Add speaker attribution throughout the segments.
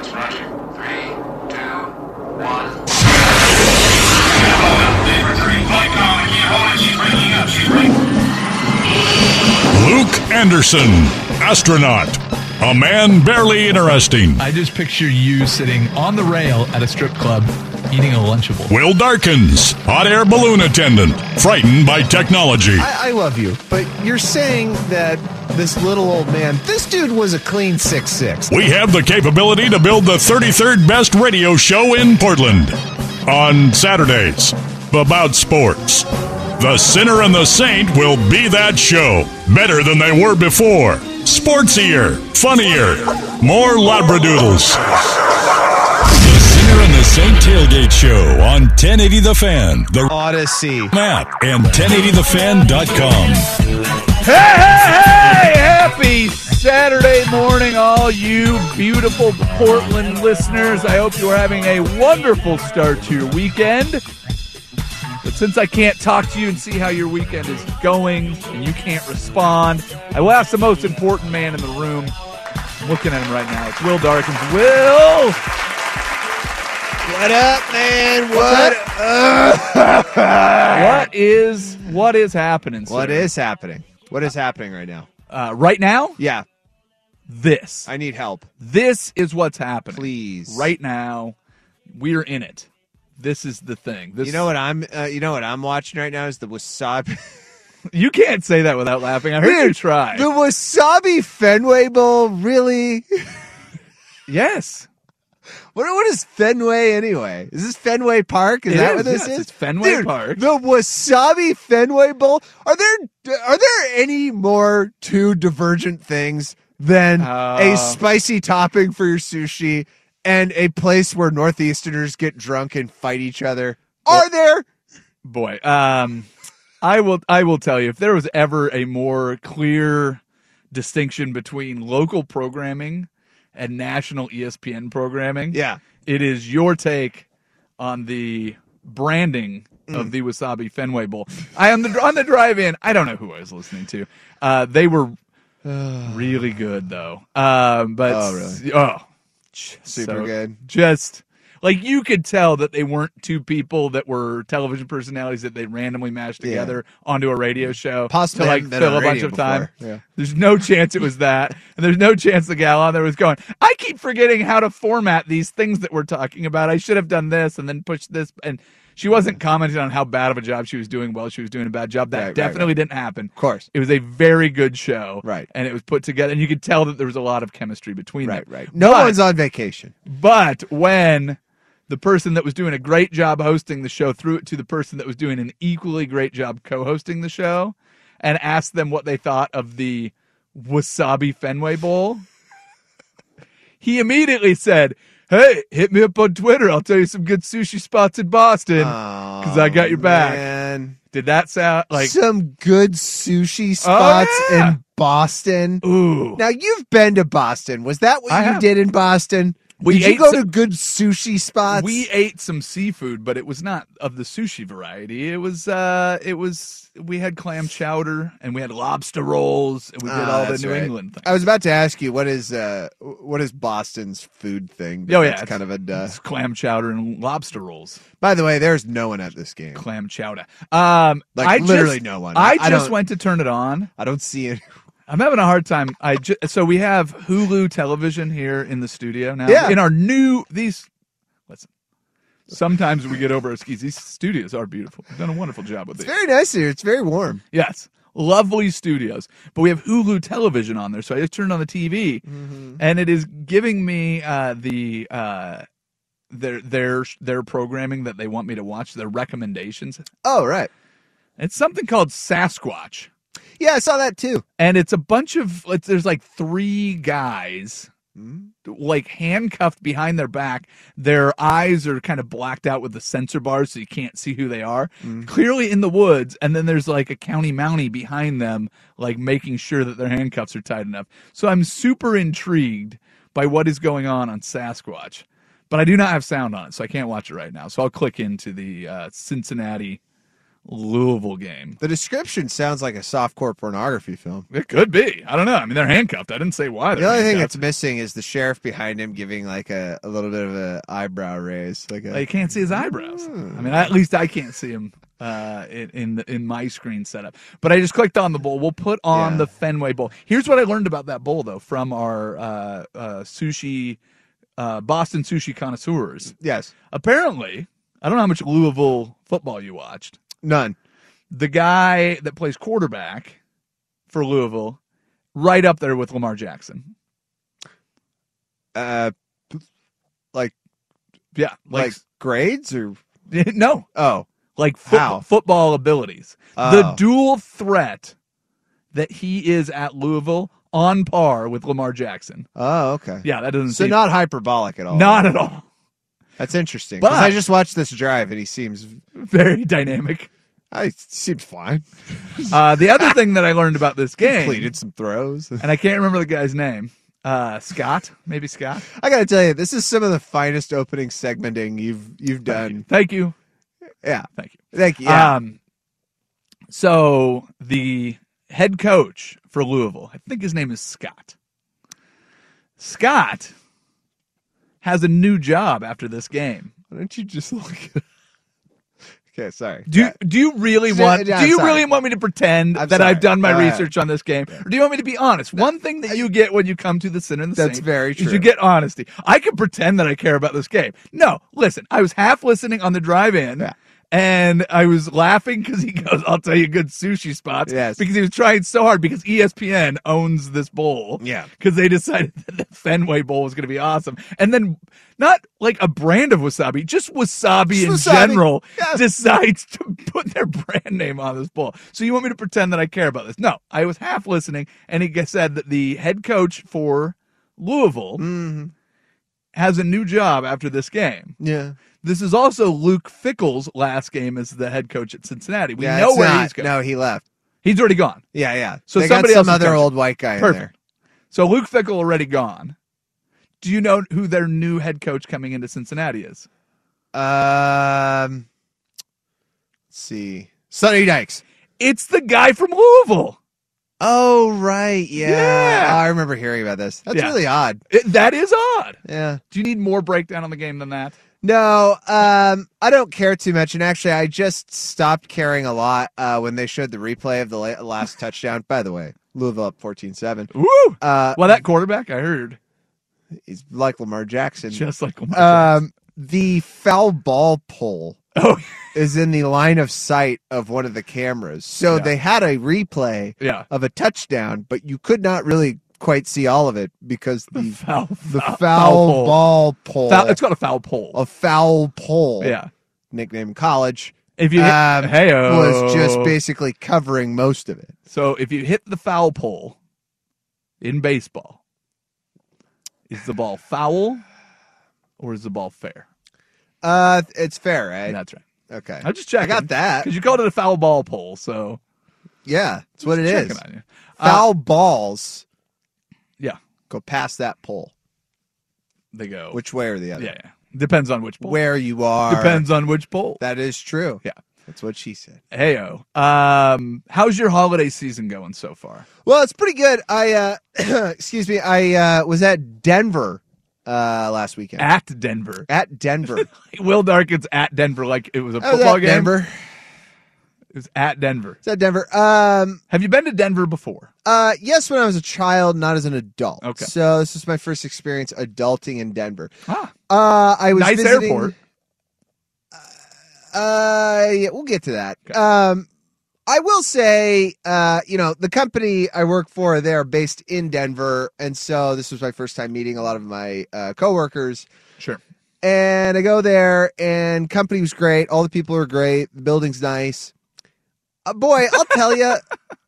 Speaker 1: Three, two, one.
Speaker 2: Luke Anderson, astronaut. A man barely interesting.
Speaker 3: I just picture you sitting on the rail at a strip club eating a Lunchable.
Speaker 2: Will Darkins, hot air balloon attendant, frightened by technology.
Speaker 4: I, I love you, but you're saying that this little old man, this dude was a clean six six.
Speaker 2: We have the capability to build the 33rd best radio show in Portland on Saturdays about sports. The sinner and the saint will be that show better than they were before. Sportsier, funnier, more labradoodles. The sinner and the saint tailgate show on 1080 The Fan, the
Speaker 4: Odyssey.
Speaker 2: map, and 1080thefan.com.
Speaker 3: Hey, hey, hey! Happy Saturday morning, all you beautiful Portland listeners. I hope you are having a wonderful start to your weekend. But since I can't talk to you and see how your weekend is going and you can't respond, I will ask the most important man in the room. I'm looking at him right now. It's Will Darkins. Will!
Speaker 4: What up, man? What?
Speaker 3: What is what is happening? Sir?
Speaker 4: What is happening? What is happening right now?
Speaker 3: uh, right now?
Speaker 4: Yeah,
Speaker 3: This.
Speaker 4: I need help,
Speaker 3: This is what's happening.
Speaker 4: please.
Speaker 3: Right now, we're in it. This is the thing. This,
Speaker 4: You know what I'm? Uh, you know what I'm watching right now is the wasabi.
Speaker 3: You can't say that without laughing. I heard you try.
Speaker 4: the wasabi Fenway Bowl, really?
Speaker 3: yes.
Speaker 4: What, what is Fenway anyway? Is this Fenway Park? Is
Speaker 3: It
Speaker 4: that
Speaker 3: is,
Speaker 4: what this
Speaker 3: yes,
Speaker 4: is?
Speaker 3: it's Fenway
Speaker 4: Dude,
Speaker 3: Park.
Speaker 4: The Wasabi Fenway Bowl. Are there are there any more two divergent things than
Speaker 3: Uh.
Speaker 4: a spicy topping for your sushi and a place where Northeasterners get drunk and fight each other? Are there?
Speaker 3: Boy. Um I will I will tell you if there was ever a more clear distinction between local programming and national E ESPN programming.
Speaker 4: Yeah.
Speaker 3: It is your take on the branding
Speaker 4: Mm.
Speaker 3: of the Wasabi Fenway Bowl. I on the on the drive in. I don't know who I was listening to. Uh, they were really good though. Um, but
Speaker 4: Oh, really?
Speaker 3: oh,
Speaker 4: Super
Speaker 3: so
Speaker 4: good.
Speaker 3: Just like you could tell that they weren't two people that were television personalities that they randomly mashed
Speaker 4: Yeah.
Speaker 3: together onto a radio show
Speaker 4: Possibly
Speaker 3: to like
Speaker 4: haven't been on
Speaker 3: fill a bunch
Speaker 4: radio
Speaker 3: of time.
Speaker 4: before. Yeah.
Speaker 3: There's no chance it was that, and there's no chance the gal on there was going. I keep forgetting how to format these things that we're talking about. I should have done this and then pushed this, and she wasn't commenting on how bad of a job she was doing. Well, she was doing a bad job. That
Speaker 4: Right, right,
Speaker 3: definitely didn't happen.
Speaker 4: Of course.
Speaker 3: It was a very good show,
Speaker 4: Right.
Speaker 3: And it was put together, and you could tell that there was a lot of chemistry between
Speaker 4: Right,
Speaker 3: them.
Speaker 4: right. No
Speaker 3: But-
Speaker 4: one's on vacation.
Speaker 3: But when the person that was doing a great job hosting the show threw it to the person that was doing an equally great job co-hosting the show, and asked them what they thought of the Wasabi Fenway Bowl, he immediately said. Hey, hit me up on Twitter. I'll tell you some good sushi spots in Boston.
Speaker 4: Because
Speaker 3: I got your back.
Speaker 4: Oh, Man.
Speaker 3: Did that sound like Oh,
Speaker 4: Some good sushi spots
Speaker 3: yeah.
Speaker 4: in Boston.
Speaker 3: ooh?
Speaker 4: Now you've been to Boston. Was that what
Speaker 3: I
Speaker 4: you
Speaker 3: have.
Speaker 4: did in Boston?
Speaker 3: We
Speaker 4: did you
Speaker 3: ate
Speaker 4: go
Speaker 3: some-
Speaker 4: to good sushi spots?
Speaker 3: we ate some seafood, but it was not of the sushi variety. It was uh it was we had clam chowder and we had lobster rolls and we did
Speaker 4: Ah,
Speaker 3: all the
Speaker 4: that's
Speaker 3: New
Speaker 4: right.
Speaker 3: England things.
Speaker 4: I was about to ask you what is uh what is Boston's food thing? but
Speaker 3: Oh, yeah,
Speaker 4: that's
Speaker 3: it's-
Speaker 4: kind of a duh.
Speaker 3: It's clam chowder and lobster rolls.
Speaker 4: By the way, there's no one at this game.
Speaker 3: Clam chowder. Um
Speaker 4: Like,
Speaker 3: I
Speaker 4: literally
Speaker 3: just,
Speaker 4: no one.
Speaker 3: I
Speaker 4: I
Speaker 3: just
Speaker 4: don't-
Speaker 3: went to turn it on.
Speaker 4: I don't see it.
Speaker 3: I'm having a hard time. I ju- so we have Hulu television here in the studio now.
Speaker 4: Yeah.
Speaker 3: In our new these, listen. Sometimes we get over our skis. These studios are beautiful. We've done a wonderful job with
Speaker 4: It's
Speaker 3: these.
Speaker 4: very nice here. It's very warm.
Speaker 3: Yes, lovely studios. But we have Hulu television on there, so I just turned on the TV,
Speaker 4: Mm-hmm.
Speaker 3: and it is giving me uh, the uh, their their their programming that they want me to watch. Their recommendations.
Speaker 4: Oh, right.
Speaker 3: It's something called Sasquatch.
Speaker 4: Yeah, I saw that too.
Speaker 3: and it's a bunch of like, there's like three guys
Speaker 4: Mm-hmm.
Speaker 3: like handcuffed behind their back their eyes are kind of blacked out with the sensor bars so you can't see who they are
Speaker 5: Mm.
Speaker 3: clearly in the woods and then there's like a county mountie behind them like making sure that their handcuffs are tight enough so i'm super intrigued by what is going on on sasquatch but i do not have sound on it so i can't watch it right now so i'll click into the uh, cincinnati louisville game
Speaker 4: The description sounds like a softcore pornography film.
Speaker 3: it could be. I don't know. I mean, they're handcuffed. I didn't say why.
Speaker 4: The
Speaker 3: they're
Speaker 4: only thing
Speaker 3: handcuffed.
Speaker 4: that's missing is the sheriff behind him giving like a, a little bit of a eyebrow raise. Like, a,
Speaker 3: Like, you can't see his eyebrows.
Speaker 4: Hmm.
Speaker 3: I mean, at least I can't see him uh, in in, the, in my screen setup. But I just clicked on the bowl. We'll put on
Speaker 4: Yeah.
Speaker 3: the Fenway Bowl. Here's what I learned about that bowl, though, from our uh, uh, sushi uh, Boston sushi connoisseurs.
Speaker 4: yes,
Speaker 3: Apparently, I don't know how much Louisville football you watched.
Speaker 4: none.
Speaker 3: The guy that plays quarterback for Louisville, right up there with Lamar Jackson.
Speaker 4: Uh,
Speaker 3: Yeah,
Speaker 4: like grades or
Speaker 3: like no,
Speaker 4: oh,
Speaker 3: like foot-
Speaker 4: How?
Speaker 3: football abilities. The
Speaker 4: Oh.
Speaker 3: dual threat that he is at Louisville on par with Lamar Jackson.
Speaker 4: oh, okay.
Speaker 3: Yeah, that doesn't
Speaker 4: So
Speaker 3: seem
Speaker 4: not hyperbolic at all.
Speaker 3: not at all.
Speaker 4: That's interesting. 'cause
Speaker 3: But-
Speaker 4: I just watched this drive and he seems
Speaker 3: Very dynamic.
Speaker 4: I seems fine.
Speaker 3: Uh, the other thing that I learned about this game,
Speaker 4: Completed some throws.
Speaker 3: and I can't remember the guy's name, uh, Scott, maybe Scott.
Speaker 4: I gotta tell you, this is some of the finest opening segmenting you've you've done.
Speaker 3: Thank you,
Speaker 4: Yeah,
Speaker 3: thank you.
Speaker 4: thank you. Yeah.
Speaker 3: Um, so the head coach for Louisville, I think his name is Scott. Scott has a new job after this game.
Speaker 4: Why don't you just look? okay, sorry.
Speaker 3: Do
Speaker 4: Yeah.
Speaker 3: do you really
Speaker 4: Yeah,
Speaker 3: want?
Speaker 4: yeah,
Speaker 3: do
Speaker 4: I'm
Speaker 3: you
Speaker 4: sorry.
Speaker 3: really want me to pretend
Speaker 4: I'm
Speaker 3: that
Speaker 4: sorry.
Speaker 3: I've done my
Speaker 4: Go ahead.
Speaker 3: research on this game, or do you want me to be honest? One thing that you get when you come to the center, and the
Speaker 4: That's
Speaker 3: Saint
Speaker 4: very
Speaker 3: Is
Speaker 4: true.
Speaker 3: you get honesty. I can pretend that I care about this game. No, listen. I was half listening on the drive in.
Speaker 4: Yeah.
Speaker 3: And I was laughing because he goes, I'll tell you good sushi spots.
Speaker 4: Yes.
Speaker 3: Because he was trying so hard because E ESPN owns this bowl.
Speaker 4: Yeah.
Speaker 3: Because they decided that the Fenway Bowl was going to be awesome. And then not like a brand of wasabi, just wasabi in
Speaker 4: Just wasabi.
Speaker 3: general
Speaker 4: Yes.
Speaker 3: decides to put their brand name on this bowl. So you want me to pretend that I care about this? No, I was half listening, and he g- said that the head coach for Louisville
Speaker 4: Mm-hmm.
Speaker 3: has a new job after this game.
Speaker 4: yeah.
Speaker 3: This is also Luke Fickle's last game as the head coach at Cincinnati. We
Speaker 4: yeah,
Speaker 3: know
Speaker 4: it's
Speaker 3: where
Speaker 4: not-
Speaker 3: he's going.
Speaker 4: No, he left.
Speaker 3: He's already gone.
Speaker 4: Yeah, yeah.
Speaker 3: So
Speaker 4: They got
Speaker 3: somebody
Speaker 4: some
Speaker 3: else is
Speaker 4: other
Speaker 3: coaching.
Speaker 4: old white guy in there.
Speaker 3: Perfect. So Luke Fickle already gone. Do you know who their new head coach coming into Cincinnati is?
Speaker 4: Um, let's see. Sonny Dykes.
Speaker 3: It's the guy from Louisville.
Speaker 4: Oh right, yeah.
Speaker 3: Yeah.
Speaker 4: I remember hearing about this. That's
Speaker 3: Yeah.
Speaker 4: really odd.
Speaker 3: It- that is odd.
Speaker 4: Yeah.
Speaker 3: Do you need more breakdown on the game than that?
Speaker 4: No, um, I don't care too much, and actually, I just stopped caring a lot uh, when they showed the replay of the la- last touchdown. By the way, Louisville up fourteen-seven.
Speaker 3: Woo!
Speaker 4: Uh,
Speaker 3: well, that quarterback, I heard,
Speaker 4: he's like Lamar Jackson.
Speaker 3: just like Lamar
Speaker 4: um, the foul ball pole
Speaker 3: Jackson.
Speaker 4: is in the line of sight of one of the cameras, so
Speaker 3: Yeah.
Speaker 4: they had a replay
Speaker 3: Oh, yeah.
Speaker 4: of a touchdown, but you could not really quite see all of it because the
Speaker 3: Foul,
Speaker 4: the
Speaker 3: foul-
Speaker 4: foul,
Speaker 3: foul pole.
Speaker 4: ball pole,
Speaker 3: Foul, it's called a foul pole.
Speaker 4: a foul pole,
Speaker 3: yeah.
Speaker 4: nickname college,
Speaker 3: If you hit,
Speaker 4: um,
Speaker 3: hey,
Speaker 4: was just basically covering most of it.
Speaker 3: so if you hit the foul pole in baseball, is the ball foul or is the ball fair?
Speaker 4: Uh, it's fair, right?
Speaker 3: That's right.
Speaker 4: okay,
Speaker 3: I just checked.
Speaker 4: I got that.
Speaker 3: because you called it a foul ball pole. So
Speaker 4: yeah, that's what it is.
Speaker 3: checking on you. Uh,
Speaker 4: Foul balls
Speaker 3: yeah,
Speaker 4: go past that pole,
Speaker 3: they go.
Speaker 4: which way or the
Speaker 3: yeah,
Speaker 4: other.
Speaker 3: yeah, depends on which pole.
Speaker 4: Where you are
Speaker 3: depends on which pole.
Speaker 4: That is true.
Speaker 3: Yeah.
Speaker 4: that's what she said.
Speaker 3: Heyo. Um, how's your holiday season going so far?
Speaker 4: Well, it's pretty good. I uh excuse me, I uh was at Denver uh last weekend.
Speaker 3: At Denver.
Speaker 4: At Denver.
Speaker 3: Will Darkin's at Denver like it was a
Speaker 4: I was
Speaker 3: football
Speaker 4: at
Speaker 3: game.
Speaker 4: Denver.
Speaker 3: It was at Denver.
Speaker 4: Is that Denver? Um,
Speaker 3: Have you been to Denver before?
Speaker 4: uh, yes, when I was a child, not as an adult.
Speaker 3: Okay.
Speaker 4: So this was my first experience adulting in Denver.
Speaker 3: Ah,
Speaker 4: Uh, I was
Speaker 3: nice
Speaker 4: visiting-
Speaker 3: airport.
Speaker 4: Uh, yeah, we'll get to that. Um, I will say, uh, you know, the company I work for, they're based in Denver, and so this was my first time meeting a lot of my uh, coworkers.
Speaker 3: Sure.
Speaker 4: And I go there, and company was great. All the people were great. The building's nice. Uh, boy, I'll tell you,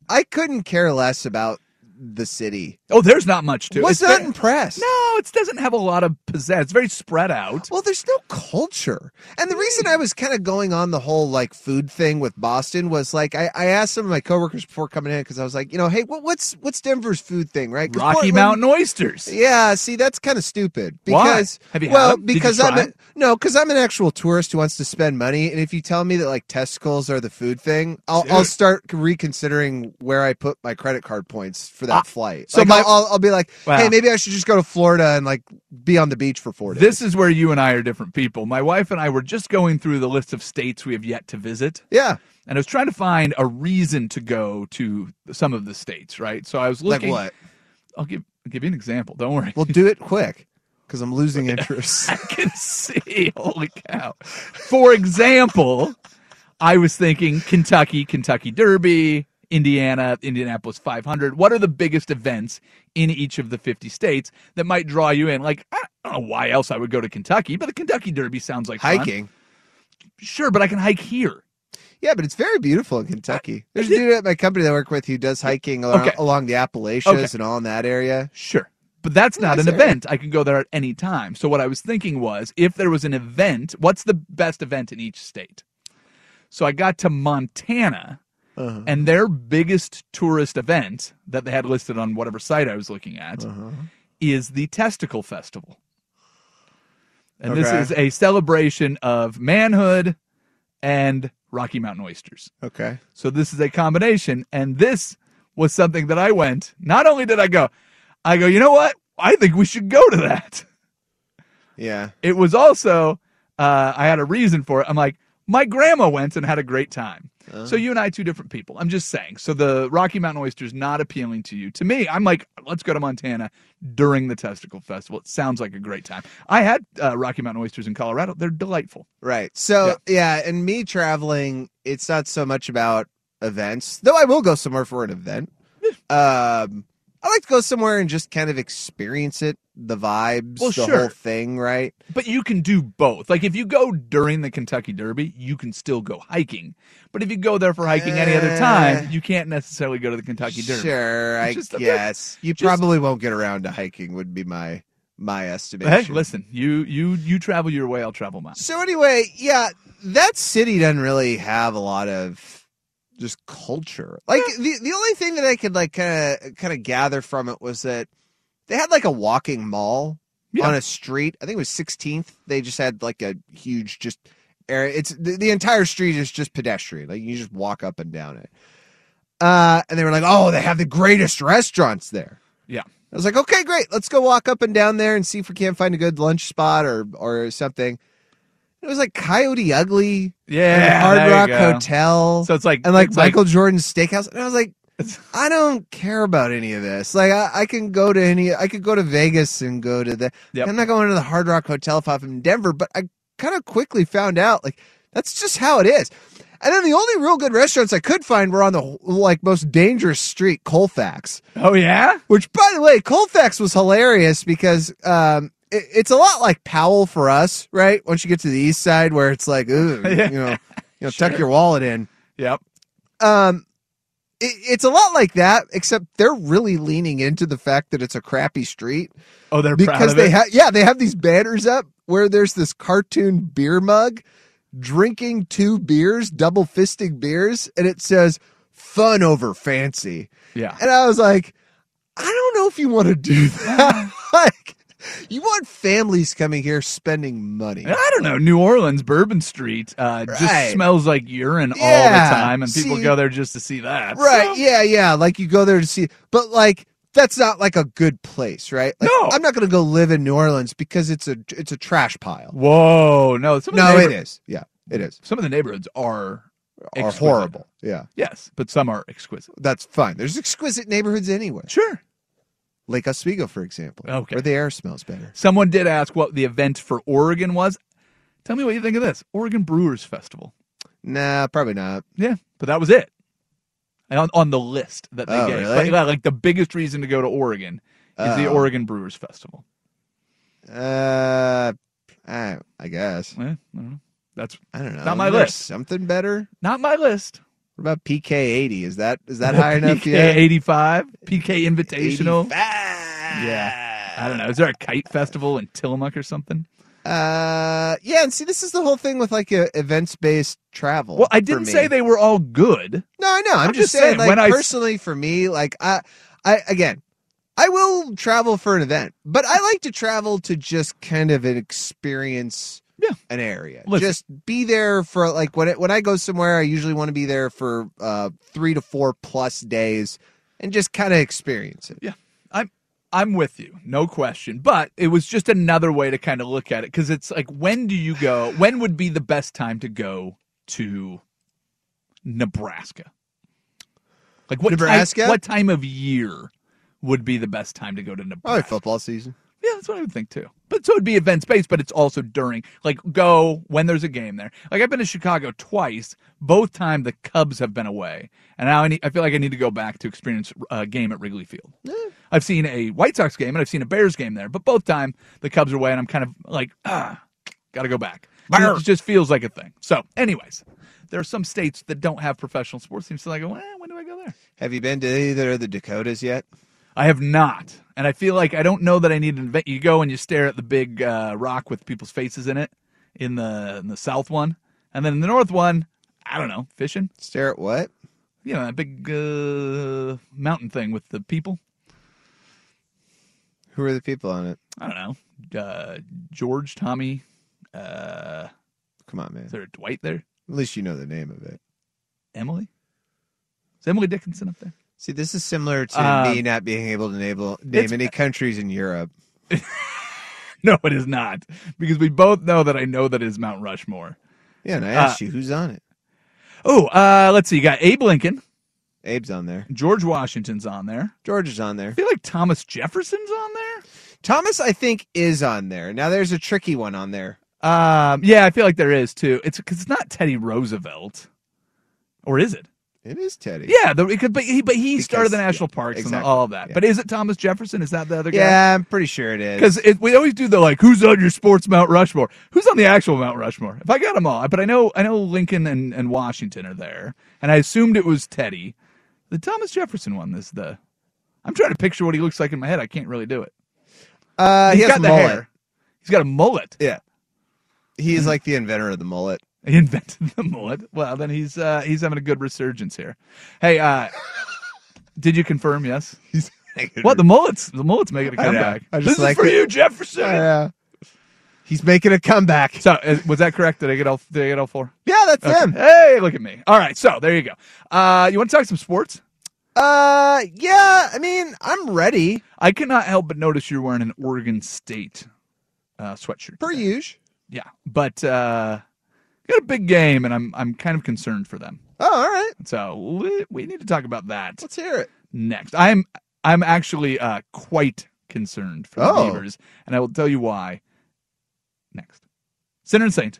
Speaker 4: I couldn't care less about the city.
Speaker 3: Oh, there's not much to it.
Speaker 4: Was
Speaker 3: It's
Speaker 4: not
Speaker 3: very-
Speaker 4: impressed.
Speaker 3: No, it doesn't have a lot of pizzazz. It's very spread out.
Speaker 4: Well, there's no culture. And the reason I was kind of going on the whole like food thing with Boston was like I, I asked some of my coworkers before coming in because I was like, you know, hey, what, what's what's Denver's food thing, right? 'Cause
Speaker 3: Rocky
Speaker 4: Portland-
Speaker 3: Mountain oysters.
Speaker 4: Yeah, see, that's kind of stupid
Speaker 3: Why?
Speaker 4: because
Speaker 3: Have you had
Speaker 4: well
Speaker 3: them? Did you
Speaker 4: because
Speaker 3: try
Speaker 4: I'm a,
Speaker 3: them?
Speaker 4: no because I'm an actual tourist who wants to spend money, and if you tell me that like testicles are the food thing, I'll, I'll start reconsidering where I put my credit card points for that
Speaker 3: Ah,
Speaker 4: flight.
Speaker 3: so
Speaker 4: So like,
Speaker 3: my-
Speaker 4: I'll, I'll, I'll be like,
Speaker 3: Wow.
Speaker 4: hey, maybe I should just go to Florida and like be on the beach for four days.
Speaker 3: This is where you and I are different people. My wife and I were just going through the list of states we have yet to visit.
Speaker 4: yeah,
Speaker 3: And I was trying to find a reason to go to some of the states, right? So I was
Speaker 4: like
Speaker 3: looking.
Speaker 4: what?
Speaker 3: I'll give, I'll give you an example. Don't worry.
Speaker 4: Well, do it quick because I'm losing interest.
Speaker 3: I can see. Holy cow. For example, I was thinking Kentucky, Kentucky Derby, Indiana, Indianapolis 500. What are the biggest events in each of the 50 states that might draw you in? Like, I don't know why else I would go to Kentucky, but the Kentucky Derby sounds like fun.
Speaker 4: Hiking.
Speaker 3: Sure, but I can hike here.
Speaker 4: Yeah, but it's very beautiful in Kentucky. There's a dude at my company that I work with who does hiking along,
Speaker 3: Ah, Okay.
Speaker 4: along the Appalachians
Speaker 3: Okay.
Speaker 4: and all in that area.
Speaker 3: Sure. But that's not
Speaker 4: Nice
Speaker 3: an
Speaker 4: area.
Speaker 3: event. I can go there at any time. So what I was thinking was if there was an event, what's the best event in each state? So I got to Montana
Speaker 6: Uh-huh.
Speaker 3: and their biggest tourist event that they had listed on whatever site I was looking at
Speaker 4: Uh-huh.
Speaker 3: is the Testicle Festival. And this
Speaker 4: Okay.
Speaker 3: is a celebration of manhood and Rocky Mountain oysters.
Speaker 4: Okay.
Speaker 3: So this is a combination. And this was something that I went. Not only did I go, I go, you know what? I think we should go to that.
Speaker 4: Yeah.
Speaker 3: It was also, uh, I had a reason for it. I'm like, my grandma went and had a great time. So you and I, two different people. I'm just saying. So the Rocky Mountain oysters not appealing to you. To me, I'm like, let's go to Montana during the Testicle Festival. It sounds like a great time. I had uh, Rocky Mountain oysters in Colorado. They're delightful.
Speaker 4: Right. So, yeah. and me traveling, it's not so much about events, though I will go somewhere for an event. Um, I like to go somewhere and just kind of experience it, the vibes,
Speaker 3: Well,
Speaker 4: the
Speaker 3: sure.
Speaker 4: whole thing, right?
Speaker 3: But you can do both. Like if you go during the Kentucky Derby, you can still go hiking. But if you go there for hiking any other
Speaker 4: Eh.
Speaker 3: time, you can't necessarily go to the Kentucky Derby.
Speaker 4: Sure,
Speaker 3: It's
Speaker 4: I
Speaker 3: just a bit-
Speaker 4: guess. You
Speaker 3: just-
Speaker 4: probably won't get around to hiking would be my my
Speaker 3: But
Speaker 4: estimation.
Speaker 3: hey, listen, you you you travel your way, I'll travel mine.
Speaker 4: So anyway, yeah, that city doesn't really have a lot of just culture. Like the the only thing that I could like kind of kind of gather from it was that they had like a walking mall
Speaker 3: Yeah.
Speaker 4: on a street. I think it was 16th. They just had like a huge just area. It's the, the entire street is just pedestrian. Like you just walk up and down it. Uh, and they were like, "Oh, they have the greatest restaurants there."
Speaker 3: Yeah.
Speaker 4: I was like, "Okay, great. Let's go walk up and down there and see if we can't find a good lunch spot or or something." It was like Coyote Ugly, and
Speaker 3: Yeah, there
Speaker 4: Hard
Speaker 3: you
Speaker 4: Rock
Speaker 3: go.
Speaker 4: Hotel,
Speaker 3: So it's like
Speaker 4: and like
Speaker 3: it's
Speaker 4: Michael Jordan's Steakhouse. And I was like,
Speaker 3: It's-
Speaker 4: I don't care about any of this. Like, I, I can go to any. I could go to Vegas and go to the.
Speaker 3: Yep.
Speaker 4: I'm not going to the Hard Rock Hotel if I'm in Denver. But I kind of quickly found out like that's just how it is. And then the only real good restaurants I could find were on the like most dangerous street, Colfax.
Speaker 3: oh yeah,
Speaker 4: Which, by the way, Colfax was hilarious because um, it, it's a lot like Powell for us, right? Once you get to the east side, where it's like, ooh,
Speaker 3: Yeah.
Speaker 4: you know, you know, tuck your wallet in.
Speaker 3: yep.
Speaker 4: Um, it, it's a lot like that, except they're really leaning into the fact that it's a crappy street
Speaker 3: Oh, they're proud
Speaker 4: because
Speaker 3: of
Speaker 4: they
Speaker 3: it.
Speaker 4: have, yeah, they have these banners up where there's this cartoon beer mug drinking two beers, double fisting beers, and it says "fun over fancy."
Speaker 3: yeah.
Speaker 4: And I was like, I don't know if you want to do that. like, you want families coming here spending money.
Speaker 3: And I don't know. New Orleans Bourbon Street uh,
Speaker 4: Right.
Speaker 3: just smells like urine all
Speaker 4: Yeah.
Speaker 3: the time, and people
Speaker 4: See?
Speaker 3: go there just to see that. So-
Speaker 4: Right. Yeah. Yeah. Like, you go there to see, but like, that's not like a good place, right? Like,
Speaker 3: No.
Speaker 4: I'm not going to go live in New Orleans because it's a it's a trash pile.
Speaker 3: Whoa, no, some of the
Speaker 4: No, it
Speaker 3: neighbor-
Speaker 4: is. Yeah, it is.
Speaker 3: Some of the neighborhoods are
Speaker 4: are
Speaker 3: Exquisite.
Speaker 4: horrible. Yeah,
Speaker 3: Yes, but some are exquisite.
Speaker 4: that's fine. There's exquisite neighborhoods anywhere.
Speaker 3: Sure.
Speaker 4: Lake Oswego, for example,
Speaker 3: Okay.
Speaker 4: where the air smells better.
Speaker 3: Someone did ask what the event for Oregon was. Tell me what you think of this Oregon Brewers Festival.
Speaker 4: Nah, probably not.
Speaker 3: Yeah, but that was it. And on, on the list that they
Speaker 4: Oh,
Speaker 3: gave.
Speaker 4: really?
Speaker 3: Like, like the biggest reason to go to Oregon is the
Speaker 4: Oh.
Speaker 3: Oregon Brewers Festival.
Speaker 4: Uh, I, I guess
Speaker 3: Eh, I don't know. That's
Speaker 4: I don't know.
Speaker 3: Not my
Speaker 4: Isn't there
Speaker 3: list.
Speaker 4: Something better.
Speaker 3: not my list.
Speaker 4: What about PK eighty? Is that is that high enough?
Speaker 3: PK
Speaker 4: yet?
Speaker 3: 85, PK Invitational.
Speaker 4: 85.
Speaker 3: Yeah. I don't know. Is there a kite festival in Tillamook or something?
Speaker 4: Uh, yeah, and see, this is the whole thing with like a events based travel.
Speaker 3: Well, I
Speaker 4: for
Speaker 3: didn't
Speaker 4: me.
Speaker 3: say they were all good.
Speaker 4: No, I know. I'm,
Speaker 3: I'm just
Speaker 4: just, saying,
Speaker 3: saying,
Speaker 4: like
Speaker 3: when I-
Speaker 4: personally, for me, like I, I again, I will travel for an event, but I like to travel to just kind of an experience.
Speaker 3: Yeah.
Speaker 4: An area.
Speaker 3: Listen.
Speaker 4: Just be there for like when it, when I go somewhere, I usually want to be there for uh three to four plus days, and just kind of experience it.
Speaker 3: I'm with you, no question. But it was just another way to kind of look at it because it's like, when do you go? When would be the best time to go to Nebraska? Like what
Speaker 4: Nebraska?
Speaker 3: Time, what time of year would be the best time to go to
Speaker 4: Probably
Speaker 3: Nebraska?
Speaker 4: football season.
Speaker 3: Yeah, that's what I would think too. But so it'd be events based, but it's also during. Like, go when there's a game there. Like, I've been to Chicago twice. Both time the Cubs have been away, and now I, need, I feel like I need to go back to experience a game at Wrigley Field. I've seen a White Sox game and I've seen a Bears game there, but both time the Cubs are away, and I'm kind of like, ah, gotta go back.
Speaker 4: Brr.
Speaker 3: It just feels like a thing. So, anyways, there are some states that don't have professional sports teams, so I go, well, when do I go there?
Speaker 4: Have you been to either of the Dakotas yet?
Speaker 3: I have not, and I feel like I don't know that I need an event. You go and you stare at the big uh, rock with people's faces in it in the in the south one, and then in the north one, I don't know, fishing.
Speaker 4: Stare at what?
Speaker 3: You know, that big uh, mountain thing with the people.
Speaker 4: Who are the people on it?
Speaker 3: I don't know, uh, George, Tommy. Uh,
Speaker 4: Come on, man.
Speaker 3: is there a Dwight there?
Speaker 4: At least you know the name of it.
Speaker 3: Emily? Is Emily Dickinson up there?
Speaker 4: See, this is similar to
Speaker 3: Uh,
Speaker 4: me not being able to enable, name
Speaker 3: it's-
Speaker 4: any countries in Europe.
Speaker 3: No, it is not, because we both know that I know that it is Mount Rushmore. Uh,
Speaker 4: Yeah, and I asked you who's on it.
Speaker 3: Oh, uh, let's see. You got Abe Lincoln,
Speaker 4: Abe's on there.
Speaker 3: George Washington's on there.
Speaker 4: George is on there.
Speaker 3: I feel like Thomas Jefferson's on there.
Speaker 4: Thomas, I think, is on there. Now, there's a tricky one on there.
Speaker 3: Um, yeah, I feel like there is too. It's because it's not Teddy Roosevelt, or is it?
Speaker 4: It is Teddy.
Speaker 3: Yeah, the, because, but he but he
Speaker 4: Because-
Speaker 3: started the national
Speaker 4: yeah,
Speaker 3: parks and
Speaker 4: exactly,
Speaker 3: all of that.
Speaker 4: yeah.
Speaker 3: But is it Thomas Jefferson? Is that the other guy?
Speaker 4: Yeah, I'm pretty sure it is.
Speaker 3: Because we always do the like, who's on your sports Mount Rushmore? Who's on the actual Mount Rushmore? If I got them all, but I know I know Lincoln and, and Washington are there, and I assumed it was Teddy. The Thomas Jefferson one is the. I'm trying to picture what he looks like in my head. I can't really do it.
Speaker 4: uh, he
Speaker 3: He's
Speaker 4: has
Speaker 3: got the
Speaker 4: mullet.
Speaker 3: hair. He's got a mullet. Mm-hmm.
Speaker 4: Yeah. He's like the inventor of the mullet.
Speaker 3: He invented the mullet. Well, then he's uh, he's having a good resurgence here. Hey, uh, did you confirm? Yes. What the mullets? The mullets making a
Speaker 4: I know.
Speaker 3: comeback.
Speaker 4: I just
Speaker 3: This
Speaker 4: like
Speaker 3: is for
Speaker 4: it.
Speaker 3: you, Jefferson.
Speaker 4: Yeah. He's making a comeback.
Speaker 3: So uh, was that correct? Did I get all? Did I get all four?
Speaker 4: Yeah, that's
Speaker 3: Okay.
Speaker 4: him.
Speaker 3: Hey, look at me. All right. So there you go. Uh, you want to talk some sports?
Speaker 4: Uh, yeah. I mean, I'm ready.
Speaker 3: I cannot help but notice you're wearing an Oregon State uh, sweatshirt.
Speaker 4: Per
Speaker 3: today.
Speaker 4: usual.
Speaker 3: Yeah, but uh, got a big game, and I'm I'm kind of concerned for them.
Speaker 4: Oh, all right.
Speaker 3: So we, we need to talk about that.
Speaker 4: Let's hear it.
Speaker 3: next. I'm I'm actually uh, quite concerned for the
Speaker 4: Oh.
Speaker 3: Beavers, and I will tell you why next. Sinner and Saint,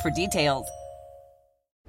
Speaker 7: for details.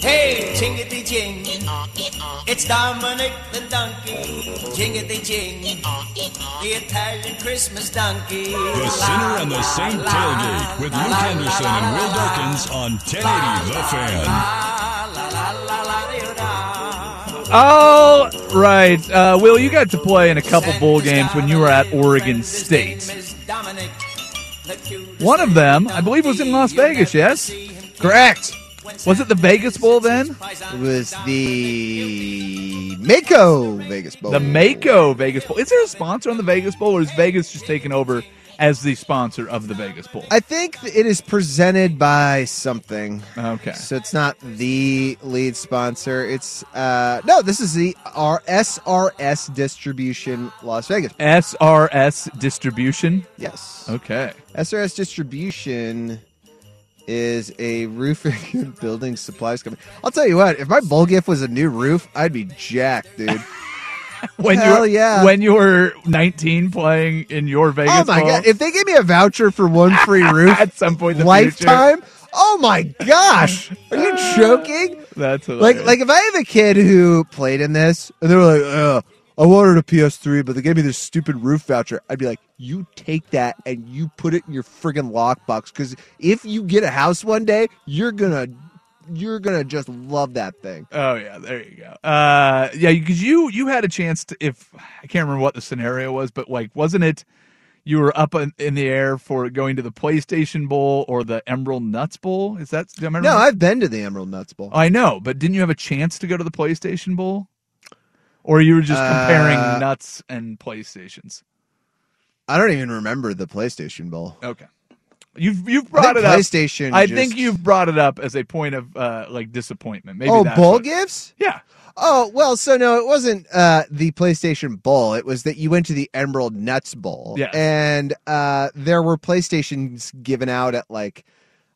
Speaker 5: Hey, jingity jing. It's Dominic the donkey. Jingity jing. The Italian Christmas donkey.
Speaker 2: The Sinner and the Saint Tailgate with Luke Henderson and Will Dawkins on 1080 The Fan.
Speaker 3: All right, uh, Will, you got to play in a couple bowl games when you were at Oregon State. One of them, I believe, was in Las Vegas. Yes,
Speaker 4: Correct.
Speaker 3: was it the Vegas Bowl then?
Speaker 4: It was the Mako Vegas Bowl.
Speaker 3: The Mako Vegas Bowl. Is there a sponsor on the Vegas Bowl, or is Vegas just taken over as the sponsor of the Vegas Bowl?
Speaker 4: I think that it is presented by something.
Speaker 3: Okay.
Speaker 4: So it's not the lead sponsor. It's uh no, this is the R- SRS distribution Las Vegas.
Speaker 3: SRS Distribution.
Speaker 4: Yes.
Speaker 3: Okay.
Speaker 4: SRS distribution is a roofing and building supplies company. I'll tell you what, if my bowl gift was a new roof, I'd be jacked, dude.
Speaker 3: When you
Speaker 4: Hell
Speaker 3: were,
Speaker 4: yeah.
Speaker 3: when you were 19 playing in your Vegas
Speaker 4: oh my
Speaker 3: Bowl
Speaker 4: god, if they gave me a voucher for one free roof
Speaker 3: at some point in the
Speaker 4: lifetime, oh my gosh. Are you joking?
Speaker 3: future, that's
Speaker 4: like
Speaker 3: hilarious.
Speaker 4: like if I have a kid who played in this and they were like, Ugh, I wanted a PS3, but they gave me this stupid roof voucher, I'd be like, you take that and you put it in your friggin' lockbox because if you get a house one day, you're gonna you're gonna just love that thing.
Speaker 3: Oh yeah, there you go. Uh, yeah, because you you had a chance to if I can't remember what the scenario was, but like wasn't it you were up in, in the air for going to the PlayStation Bowl or the Emerald Nuts Bowl? Is that Oh, do I remember?
Speaker 4: No, I've been to the Emerald Nuts Bowl.
Speaker 3: I know, but didn't you have a chance to go to the PlayStation Bowl? Or you were just comparing
Speaker 4: Uh,
Speaker 3: nuts and PlayStations?
Speaker 4: I don't even remember the PlayStation Bowl.
Speaker 3: Okay, you've you've
Speaker 4: I
Speaker 3: brought
Speaker 4: think
Speaker 3: it up.
Speaker 4: PlayStation.
Speaker 3: I
Speaker 4: just-
Speaker 3: think you've brought it up as a point of uh, like disappointment. Maybe
Speaker 4: oh
Speaker 3: that's
Speaker 4: bowl
Speaker 3: what-
Speaker 4: gifts.
Speaker 3: Yeah,
Speaker 4: Oh well, so no, it wasn't uh, the PlayStation Bowl. It was that you went to the Emerald Nuts Bowl,
Speaker 3: Yes.
Speaker 4: and uh, there were PlayStations given out at like,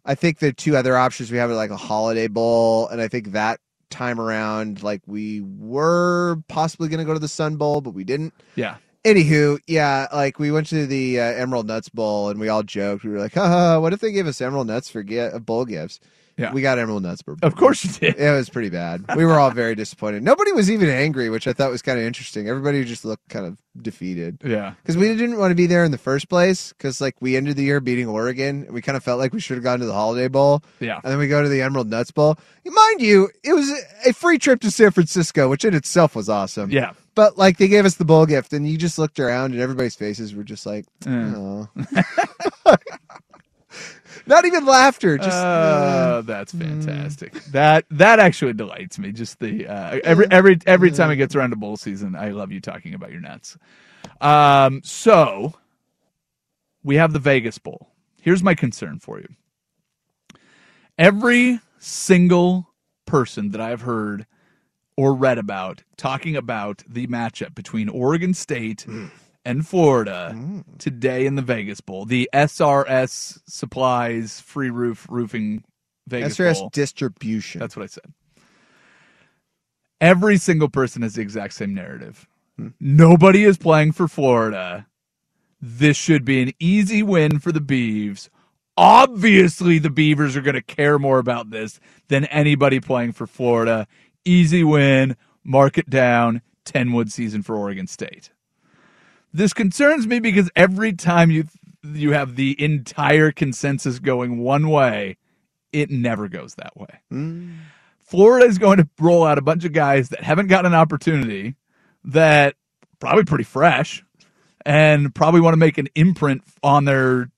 Speaker 4: I think the two other options we have are like a Holiday Bowl, and I think that time around, like we were possibly going to go to the Sun Bowl, but we didn't.
Speaker 3: yeah.
Speaker 4: Anywho, yeah, like we went to the uh, Emerald Nuts Bowl, and we all joked. We were like, "Haha, what if they gave us Emerald Nuts for gi- uh, bowl gifts?"
Speaker 3: Yeah.
Speaker 4: we got Emerald Nuts for
Speaker 3: Of course you did.
Speaker 4: it was pretty bad. We were all very disappointed. Nobody was even angry, which I thought was kind of interesting. Everybody just looked kind of defeated
Speaker 3: Yeah.
Speaker 4: because we didn't want to be there in the first place. Because like we ended the year beating Oregon, and we kind of felt like we should have gone to the Holiday Bowl,
Speaker 3: Yeah.
Speaker 4: and then we go to the Emerald Nuts Bowl. Mind you, it was a free trip to San Francisco, which in itself was awesome.
Speaker 3: Yeah.
Speaker 4: But like they gave us the bowl gift, and you just looked around, and everybody's faces were just like,
Speaker 3: Mm.
Speaker 4: "Aw." not even laughter, just. mm-hmm.
Speaker 3: oh, that's fantastic. That that actually delights me. Just the uh, every every every time it gets around to bowl season, I love you talking about your nuts. Um, so we have the Vegas Bowl. Here's my concern for you. Every single person that I've heard or read about talking about the matchup between Oregon State and Florida today in the Vegas Bowl, the SRS Supplies Free Roof Roofing Vegas
Speaker 4: SRS
Speaker 3: Bowl.
Speaker 4: distribution.
Speaker 3: That's what I said. Every single person has the exact same narrative. Nobody is playing for Florida. This should be an easy win for the Beavs. Obviously, the Beavers are going to care more about this than anybody playing for Florida. Easy win. Mark it down. 10 wood season for Oregon State. This concerns me because every time you you have the entire consensus going one way, it never goes that way.
Speaker 4: Mm.
Speaker 3: Florida is going to roll out a bunch of guys that haven't gotten an opportunity, that probably pretty fresh, and probably want to make an imprint on their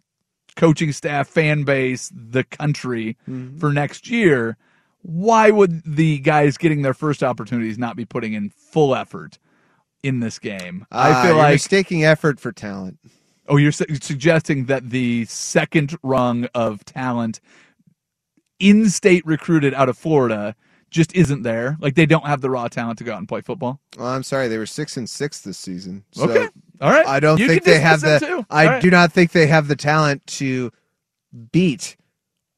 Speaker 3: coaching staff, fan base, the country
Speaker 4: Mm-hmm.
Speaker 3: for next year, why would the guys getting their first opportunities not be putting in full effort in this game?
Speaker 4: Ah,
Speaker 3: I feel
Speaker 4: you're
Speaker 3: like
Speaker 4: mistaking effort for talent.
Speaker 3: oh, you're su- suggesting that the second rung of talent in-state recruited out of Florida just isn't there. Like they don't have the raw talent to go out and play football.
Speaker 4: Well, I'm sorry, they were six and six this season. So
Speaker 3: Okay. All right.
Speaker 4: I don't
Speaker 3: You
Speaker 4: think
Speaker 3: can
Speaker 4: they have the.
Speaker 3: dismiss them too.
Speaker 4: I
Speaker 3: All right.
Speaker 4: do not think they have the talent to beat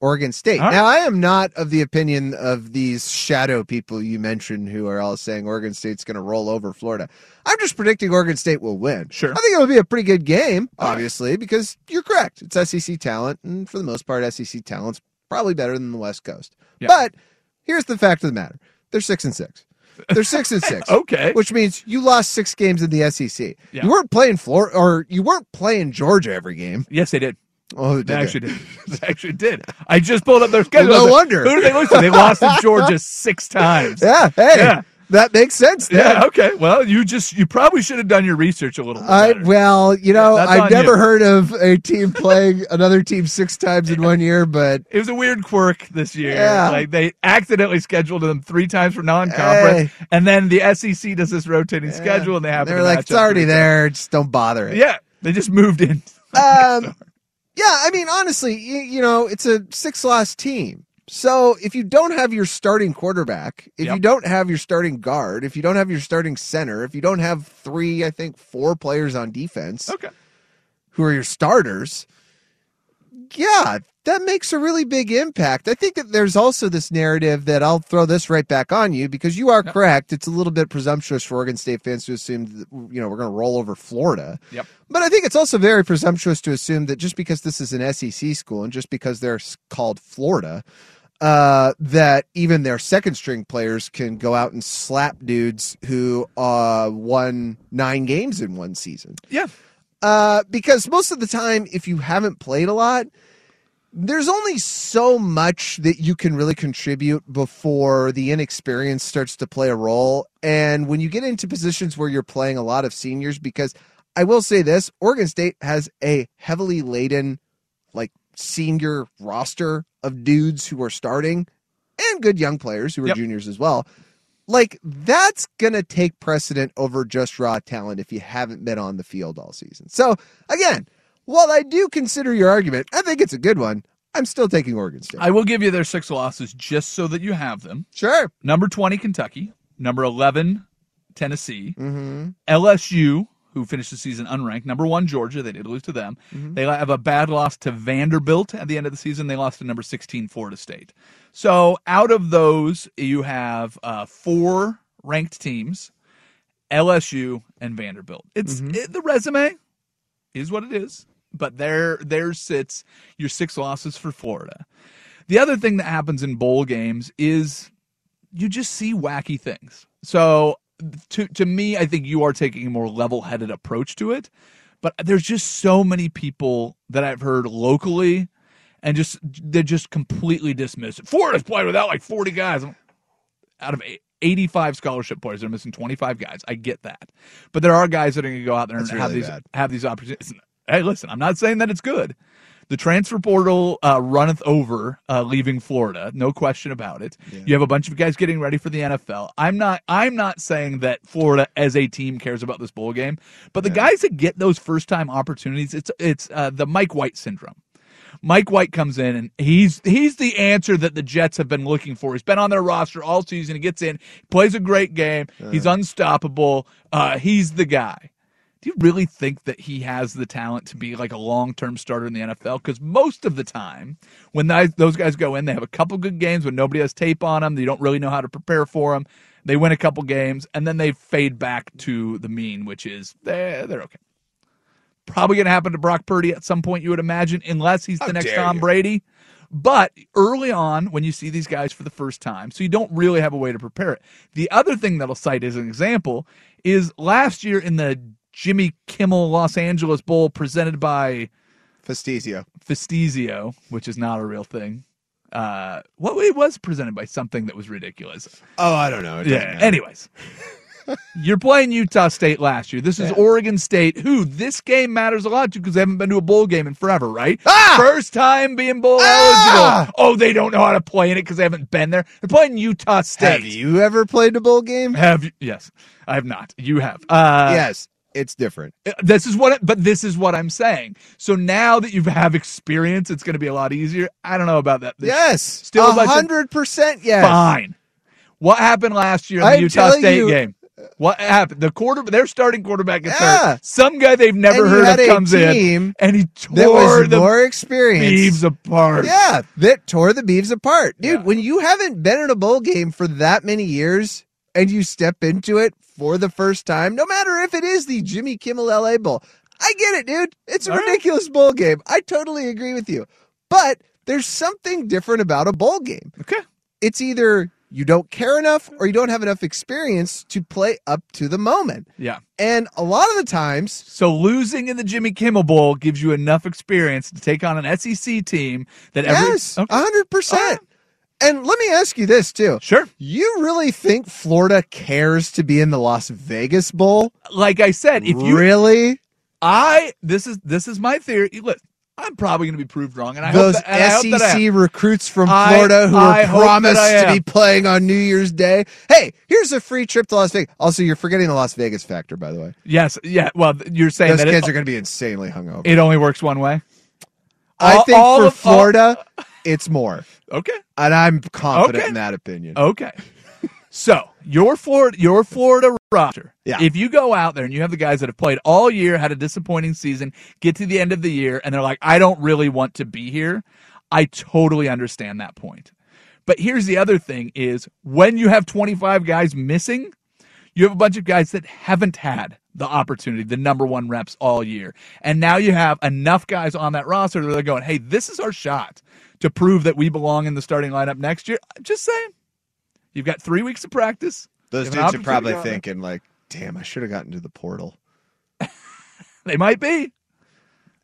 Speaker 4: Oregon State.
Speaker 3: All
Speaker 4: Now, I am not of the opinion of these shadow people you mentioned who are all saying Oregon State's going to roll over Florida. I'm just predicting Oregon State will win.
Speaker 3: Sure.
Speaker 4: I think it'll be a pretty good game, obviously, because you're correct. It's SEC talent, and for the most part, SEC talent's probably better than the West Coast.
Speaker 3: Yeah.
Speaker 4: But here's the fact of the matter: they're six and six. They're six and six.
Speaker 3: Okay.
Speaker 4: Which means you lost six games in the SEC.
Speaker 3: Yeah.
Speaker 4: You weren't playing Florida or you weren't playing Georgia every game.
Speaker 3: Yes, they did.
Speaker 4: Oh,
Speaker 3: They
Speaker 4: they?
Speaker 3: actually did. They actually did. I just pulled up their schedule.
Speaker 4: no
Speaker 3: I was like,
Speaker 4: wonder.
Speaker 3: Who did they lose to? They lost to Georgia six times.
Speaker 4: Yeah. Hey,
Speaker 3: Yeah.
Speaker 4: that makes sense. then.
Speaker 3: Yeah, Okay. Well, you just you probably should have done your research a little. Bit
Speaker 4: I,
Speaker 3: better.
Speaker 4: well, you know,
Speaker 3: that's on
Speaker 4: I've never
Speaker 3: you.
Speaker 4: heard of a team playing another team six times in one year, but
Speaker 3: it was a weird quirk this year.
Speaker 4: Yeah.
Speaker 3: Like they accidentally scheduled them three times for non-conference, and then the SEC does this rotating schedule, and they happen.
Speaker 4: they were
Speaker 3: to
Speaker 4: like,
Speaker 3: match
Speaker 4: it's
Speaker 3: up
Speaker 4: already
Speaker 3: pretty
Speaker 4: there. Just don't bother
Speaker 3: well.
Speaker 4: it.
Speaker 3: Yeah, they just moved in.
Speaker 4: um, yeah, I mean, honestly, you, you know, it's a six loss team. So if you don't have your starting quarterback, if
Speaker 3: Yep.
Speaker 4: you don't have your starting guard, if you don't have your starting center, if you don't have three, I think four players on defense
Speaker 3: okay.
Speaker 4: who are your starters, yeah, that makes a really big impact. I think that there's also this narrative that I'll throw this right back on you because you are correct. It's a little bit presumptuous for Oregon State fans to assume that you know we're going to roll over Florida.
Speaker 3: Yep.
Speaker 4: But I think it's also very presumptuous to assume that just because this is an SEC school and just because they're s- called Florida, uh, that even their second string players can go out and slap dudes who uh, won nine games in one season.
Speaker 3: Yeah.
Speaker 4: Uh, because most of the time, if you haven't played a lot, there's only so much that you can really contribute before the inexperience starts to play a role. And when you get into positions where you're playing a lot of seniors, because I will say this Oregon State has a heavily laden, like, senior roster of dudes who are starting and good young players who are
Speaker 3: Yep.
Speaker 4: juniors as well. Like, that's going to take precedent over just raw talent if you haven't been on the field all season. So, again, while I do consider your argument, I think it's a good one. I'm still taking Oregon State.
Speaker 3: I will give you their six losses just so that you have them.
Speaker 4: sure.
Speaker 3: Number 20, Kentucky. Number 11, Tennessee.
Speaker 4: Mm-hmm.
Speaker 3: LSU, who finished the season unranked. Number one, Georgia. They did lose to them.
Speaker 4: Mm-hmm.
Speaker 3: They have a bad loss to Vanderbilt at the end of the season. They lost to number 16, Florida State. So out of those, you have uh, four ranked teams LSU and Vanderbilt. It's it, the resume is what it is, but there there sits your six losses for Florida. The other thing that happens in bowl games is you just see wacky things. So to to me, I think you are taking a more level headed approach to it. But there's just so many people that I've heard locally, and just they just completely dismiss it. Florida's played without like 40 guys. I'm- out of eight- 85 scholarship players, they're missing 25 guys. I get that, but there are guys that are going to go out there
Speaker 4: That's
Speaker 3: and have
Speaker 4: really
Speaker 3: these
Speaker 4: bad.
Speaker 3: have these opportunities. Hey, listen, I'm not saying that it's good. The transfer portal uh, runneth over, uh, leaving Florida, no question about it. You have a bunch of guys getting ready for the NFL. I'm not. I'm not saying that Florida as a team cares about this bowl game, but the guys that get those first time opportunities, it's it's uh, the Mike White syndrome. Mike White comes in and he's he's the answer that the Jets have been looking for. He's been on their roster all season. He gets in, plays a great game. He's unstoppable. Uh, he's the guy. Do you really think that he has the talent to be like a long term starter in the NFL? Because most of the time, when tho- those guys go in, they have a couple good games when nobody has tape on them. They don't really know how to prepare for them. They win a couple games and then they fade back to the mean, which is they're, they're okay. Probably going to happen to Brock Purdy at some point, you would imagine, unless he's the next Tom Brady. But early on, when you see these guys for the first time, so you don't really have a way to prepare it. The other thing that I'll cite as an example is last year in the Jimmy Kimmel Los Angeles Bowl presented by
Speaker 4: Festizio.
Speaker 3: Festizio, which is not a real thing. Uh, what it was presented by something that was ridiculous.
Speaker 4: Oh, I don't know. It doesn't
Speaker 3: Yeah.
Speaker 4: matter.
Speaker 3: Anyways, you're playing Utah State last year. This is Oregon State, who this game matters a lot to because they haven't been to a bowl game in forever, right?
Speaker 4: Ah!
Speaker 3: First time being bowl
Speaker 4: Ah!
Speaker 3: eligible. Oh, they don't know how to play in it because they haven't been there. They're playing Utah State.
Speaker 4: Have you ever played a bowl game?
Speaker 3: Have you? Yes, I have not. You have. Uh,
Speaker 4: yes, it's different.
Speaker 3: This is what, but this is what I'm saying. So now that you have experience, it's going to be a lot easier. I don't know about that. This-
Speaker 4: Yes,
Speaker 3: still a bunch of-
Speaker 4: hundred percent. Yes,
Speaker 3: Fine. What happened last year in the
Speaker 4: I'm
Speaker 3: Utah
Speaker 4: telling
Speaker 3: State
Speaker 4: you-
Speaker 3: game? What happened? The quarter, their starting quarterback is
Speaker 4: Yeah.
Speaker 3: hurt. Some guy they've never
Speaker 4: And you
Speaker 3: heard
Speaker 4: had
Speaker 3: of
Speaker 4: a
Speaker 3: comes in
Speaker 4: team
Speaker 3: and he
Speaker 4: That
Speaker 3: tore
Speaker 4: was
Speaker 3: the
Speaker 4: more experience.
Speaker 3: Beavs apart.
Speaker 4: Yeah, that tore the Beavs apart. Dude,
Speaker 3: Yeah.
Speaker 4: when you haven't been in a bowl game for that many years and you step into it for the first time, no matter if it is the Jimmy Kimmel LA Bowl, I get it, dude. It's a
Speaker 3: All right.
Speaker 4: ridiculous bowl game. I totally agree with you. But there's something different about a bowl game.
Speaker 3: Okay.
Speaker 4: It's either you don't care enough or you don't have enough experience to play up to the moment.
Speaker 3: Yeah.
Speaker 4: And a lot of the times,
Speaker 3: So losing in the Jimmy Kimmel Bowl gives you enough experience to take on an SEC team that every.
Speaker 4: yes,
Speaker 3: Okay.
Speaker 4: 100%.
Speaker 3: All right.
Speaker 4: And let me ask you this, too.
Speaker 3: Sure.
Speaker 4: You really think Florida cares to be in the Las Vegas Bowl?
Speaker 3: Like I said, if you
Speaker 4: really,
Speaker 3: I this is this is my theory. Look, I'm probably going to be proved wrong, and I
Speaker 4: those E
Speaker 3: hope that, and I hope that I am.
Speaker 4: SEC recruits from
Speaker 3: I-
Speaker 4: Florida who
Speaker 3: I
Speaker 4: were
Speaker 3: hope that
Speaker 4: promised
Speaker 3: I
Speaker 4: to
Speaker 3: am.
Speaker 4: be playing on New Year's Day. Hey, here's a free trip to Las Vegas. Also, you're forgetting the Las Vegas factor, by the way.
Speaker 3: Yes, yeah. Well, th- you're saying
Speaker 4: Those
Speaker 3: that
Speaker 4: kids
Speaker 3: it,
Speaker 4: are going to be insanely hungover.
Speaker 3: it only works one way.
Speaker 4: I
Speaker 3: all-
Speaker 4: think
Speaker 3: all
Speaker 4: for
Speaker 3: of- all-
Speaker 4: Florida, it's more,
Speaker 3: Okay.
Speaker 4: and I'm confident
Speaker 3: Okay.
Speaker 4: in that opinion.
Speaker 3: Okay. so your Florida, your Florida roster.
Speaker 4: Yeah.
Speaker 3: If you go out there and you have the guys that have played all year, had a disappointing season, get to the end of the year, and they're like, "I don't really want to be here," I totally understand that point. But here's the other thing: is when you have 25 guys missing, you have a bunch of guys that haven't had the opportunity, the number one reps all year. And now you have enough guys on that roster that are going, hey, this is our shot to prove that we belong in the starting lineup next year. I'm Just saying. You've got three weeks of practice.
Speaker 4: Those
Speaker 3: If an
Speaker 4: dudes are
Speaker 3: opportunity
Speaker 4: probably
Speaker 3: got-
Speaker 4: thinking like, "Damn, I should have gotten to the portal."
Speaker 3: They might be.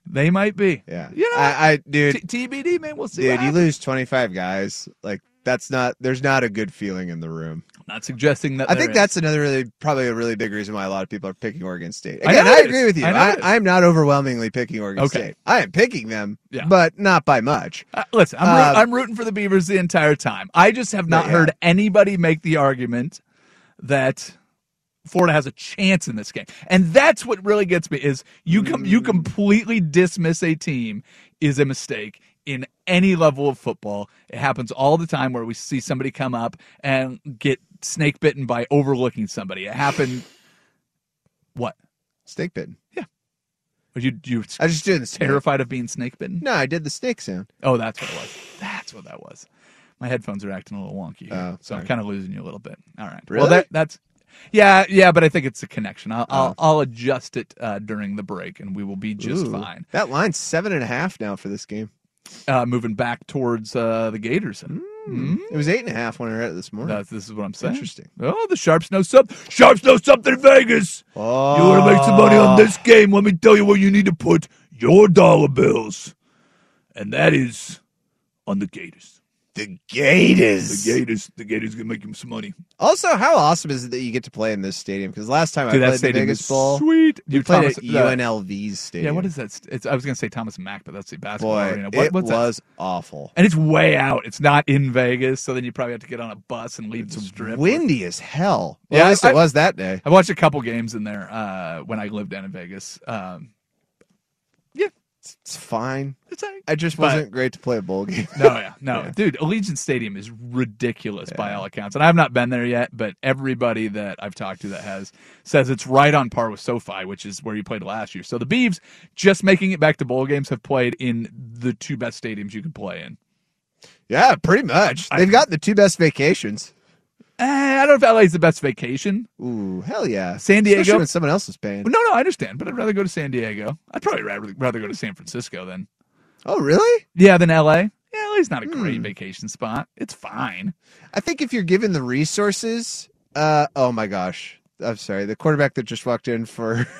Speaker 3: They might be.
Speaker 4: Yeah,
Speaker 3: You know,
Speaker 4: I, I dude,
Speaker 3: T- TBD, man. We'll see. what
Speaker 4: Dude, you
Speaker 3: happens.
Speaker 4: lose 25 guys. Like, that's not, there's not a good feeling in the room.
Speaker 3: Not suggesting that.
Speaker 4: I
Speaker 3: there
Speaker 4: think
Speaker 3: is.
Speaker 4: that's another really, probably a really big reason why a lot of people are picking Oregon State.
Speaker 3: I
Speaker 4: Again,
Speaker 3: know
Speaker 4: I,
Speaker 3: it is.
Speaker 4: agree with you.
Speaker 3: I know
Speaker 4: I,
Speaker 3: it is.
Speaker 4: I am not overwhelmingly picking Oregon
Speaker 3: Okay.
Speaker 4: State. I am picking them,
Speaker 3: Yeah.
Speaker 4: but not by much.
Speaker 3: Uh, listen, I'm, root-
Speaker 4: Uh,
Speaker 3: I'm rooting for the Beavers the entire time. I just have not
Speaker 4: Yeah.
Speaker 3: heard anybody make the argument that Florida has a chance in this game, and that's what really gets me is you com-
Speaker 4: Mm.
Speaker 3: you completely dismiss a team is a mistake in any level of football. It happens all the time where we see somebody come up and get snake bitten by overlooking somebody. It happened. what
Speaker 4: Snake bitten.
Speaker 3: are you you
Speaker 4: I was just doing the snake.
Speaker 3: terrified of being snake bitten?
Speaker 4: No, I did the snake sound.
Speaker 3: Oh, that's what it was. That's what that was. My headphones are acting a little wonky, here,
Speaker 4: Oh,
Speaker 3: so I'm
Speaker 4: sorry.
Speaker 3: kind of losing you a little bit. All right.
Speaker 4: Really?
Speaker 3: Well, that, that's yeah, yeah, but I think it's a connection. I'll I'll, I'll adjust it uh, during the break, and we will be just
Speaker 4: Oh. Ooh.
Speaker 3: fine.
Speaker 4: That line's seven and a half now for this game. Hmm.
Speaker 3: Uh, moving back towards uh, the Gators. Mm.
Speaker 4: It was eight and a half when I read it this morning.
Speaker 3: That's, this is what I'm saying.
Speaker 4: Interesting.
Speaker 3: Oh, the sharps know something. Sharps know something, Vegas.
Speaker 4: oh,
Speaker 3: You want to make some money on this game? Let me tell you where you need to put your dollar bills, and that is on the Gators.
Speaker 4: The Gators.
Speaker 3: The Gators. The Gators gonna make him some money.
Speaker 4: Also, how awesome is it that you get to play in this stadium? Because last time
Speaker 3: Dude,
Speaker 4: I
Speaker 3: that
Speaker 4: played the
Speaker 3: stadium
Speaker 4: Vegas
Speaker 3: is
Speaker 4: Bowl,
Speaker 3: sweet. You
Speaker 4: played
Speaker 3: Thomas,
Speaker 4: at
Speaker 3: the-
Speaker 4: UNLV's stadium.
Speaker 3: Yeah, what is that? st- It's, I was gonna say Thomas Mack, but that's the basketball
Speaker 4: Boy,
Speaker 3: arena. What,
Speaker 4: it
Speaker 3: what's that?
Speaker 4: was awful.
Speaker 3: And it's way out. It's not in Vegas, so then you probably have to get on a bus and leave the strip.
Speaker 4: Windy as hell. Well,
Speaker 3: Yeah,
Speaker 4: at least
Speaker 3: I-
Speaker 4: it was that day.
Speaker 3: I watched a couple games in there uh, when I lived down in Vegas. Um,
Speaker 4: It's fine.
Speaker 3: it's like,
Speaker 4: It just
Speaker 3: But-
Speaker 4: wasn't great to play a bowl game.
Speaker 3: no, yeah, no, dude. Allegiant Stadium is ridiculous by all accounts, and I've not been there yet. But everybody that I've talked to that has says it's right on par with SoFi, which is where you played last year. So the Beavs, just making it back to bowl games, have played in the two best stadiums you can play in.
Speaker 4: yeah, pretty much.
Speaker 3: I-
Speaker 4: They've got the two best vacations.
Speaker 3: Eh, I don't know if LA is the best vacation.
Speaker 4: Ooh, hell yeah.
Speaker 3: San Diego?
Speaker 4: Especially when someone else is paying.
Speaker 3: No, no, I understand, but I'd rather go to San Diego. I'd probably rather, rather go to San Francisco than
Speaker 4: Oh, really? Hmm.
Speaker 3: yeah than LA. Yeah, LA's not a great vacation spot. It's fine.
Speaker 4: I think if you're given the resources, uh, oh my gosh. I'm sorry. The quarterback that just walked in for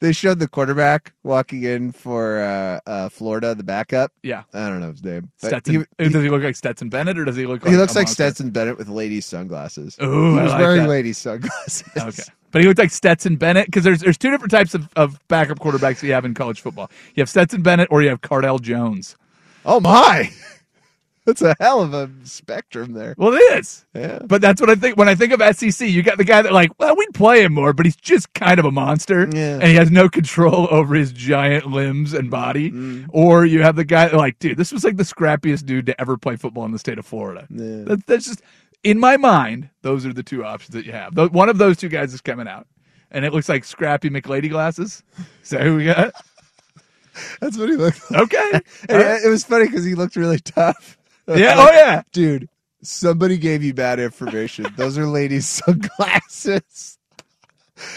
Speaker 4: They showed the quarterback walking in for uh, uh, Florida, the backup.
Speaker 3: Yeah.
Speaker 4: I don't know his name. but
Speaker 3: Stetson. uh,
Speaker 4: he,
Speaker 3: does he look like Stetson Bennett or does he look like
Speaker 4: he looks
Speaker 3: a
Speaker 4: like
Speaker 3: monster?
Speaker 4: Stetson Bennett with ladies' sunglasses.
Speaker 3: Ooh,
Speaker 4: he
Speaker 3: I
Speaker 4: was
Speaker 3: like
Speaker 4: wearing
Speaker 3: that.
Speaker 4: ladies' sunglasses.
Speaker 3: Okay. But he looked like Stetson Bennett because there's there's two different types of, of backup quarterbacks that you have in college football. You have Stetson Bennett or you have Cardell Jones.
Speaker 4: Oh my! That's a hell of a spectrum there.
Speaker 3: Well, it is.
Speaker 4: Yeah.
Speaker 3: But that's what I think when I think of SEC. You got the guy that like, well, we'd play him more, but he's just kind of a monster,
Speaker 4: Yeah.
Speaker 3: and he has no control over his giant limbs and body.
Speaker 4: Mm.
Speaker 3: Or you have the guy that like, dude, this was like the scrappiest dude to ever play football in the state of Florida. That, that's just in my mind. Those are the two options that you have. Tho- one of those two guys is coming out, and it looks like Scrappy McLady glasses. Is that who we got?
Speaker 4: That's what he looked like.
Speaker 3: Okay.
Speaker 4: And it- It was funny because he looked really tough.
Speaker 3: Yeah. Oh yeah.
Speaker 4: Dude, somebody gave you bad information. Those are ladies' sunglasses.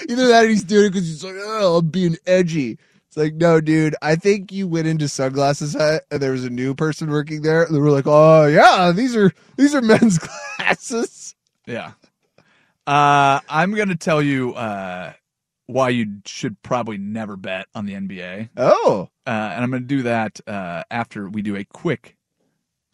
Speaker 4: Either that or he's doing it because he's like, oh, I'm being edgy. It's like, no, dude, I think you went into sunglasses hut and there was a new person working there. And they were like, oh, yeah, these are these are men's glasses.
Speaker 3: Yeah. Uh, I'm going to tell you uh, why you should probably never bet on the NBA.
Speaker 4: Oh,
Speaker 3: Uh, and I'm going to do that uh, after we do a quick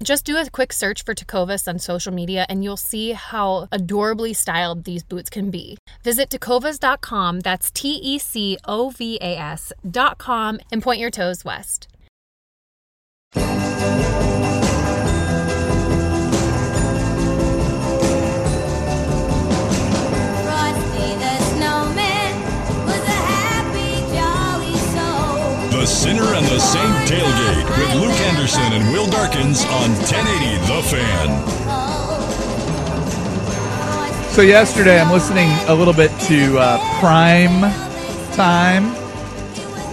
Speaker 8: Just do a quick search for Tecovas on social media and you'll see how adorably styled these boots can be. Visit tecovas.com, that's T E C O V A S.com, and point your toes west.
Speaker 9: Frosty the Snowman was a happy, jolly soul.
Speaker 2: The Sinner and the Saint Tailgate with Luke Anderson and Will Darkins on 1080 The Fan.
Speaker 3: So, yesterday I'm listening a little bit to uh, Prime Time.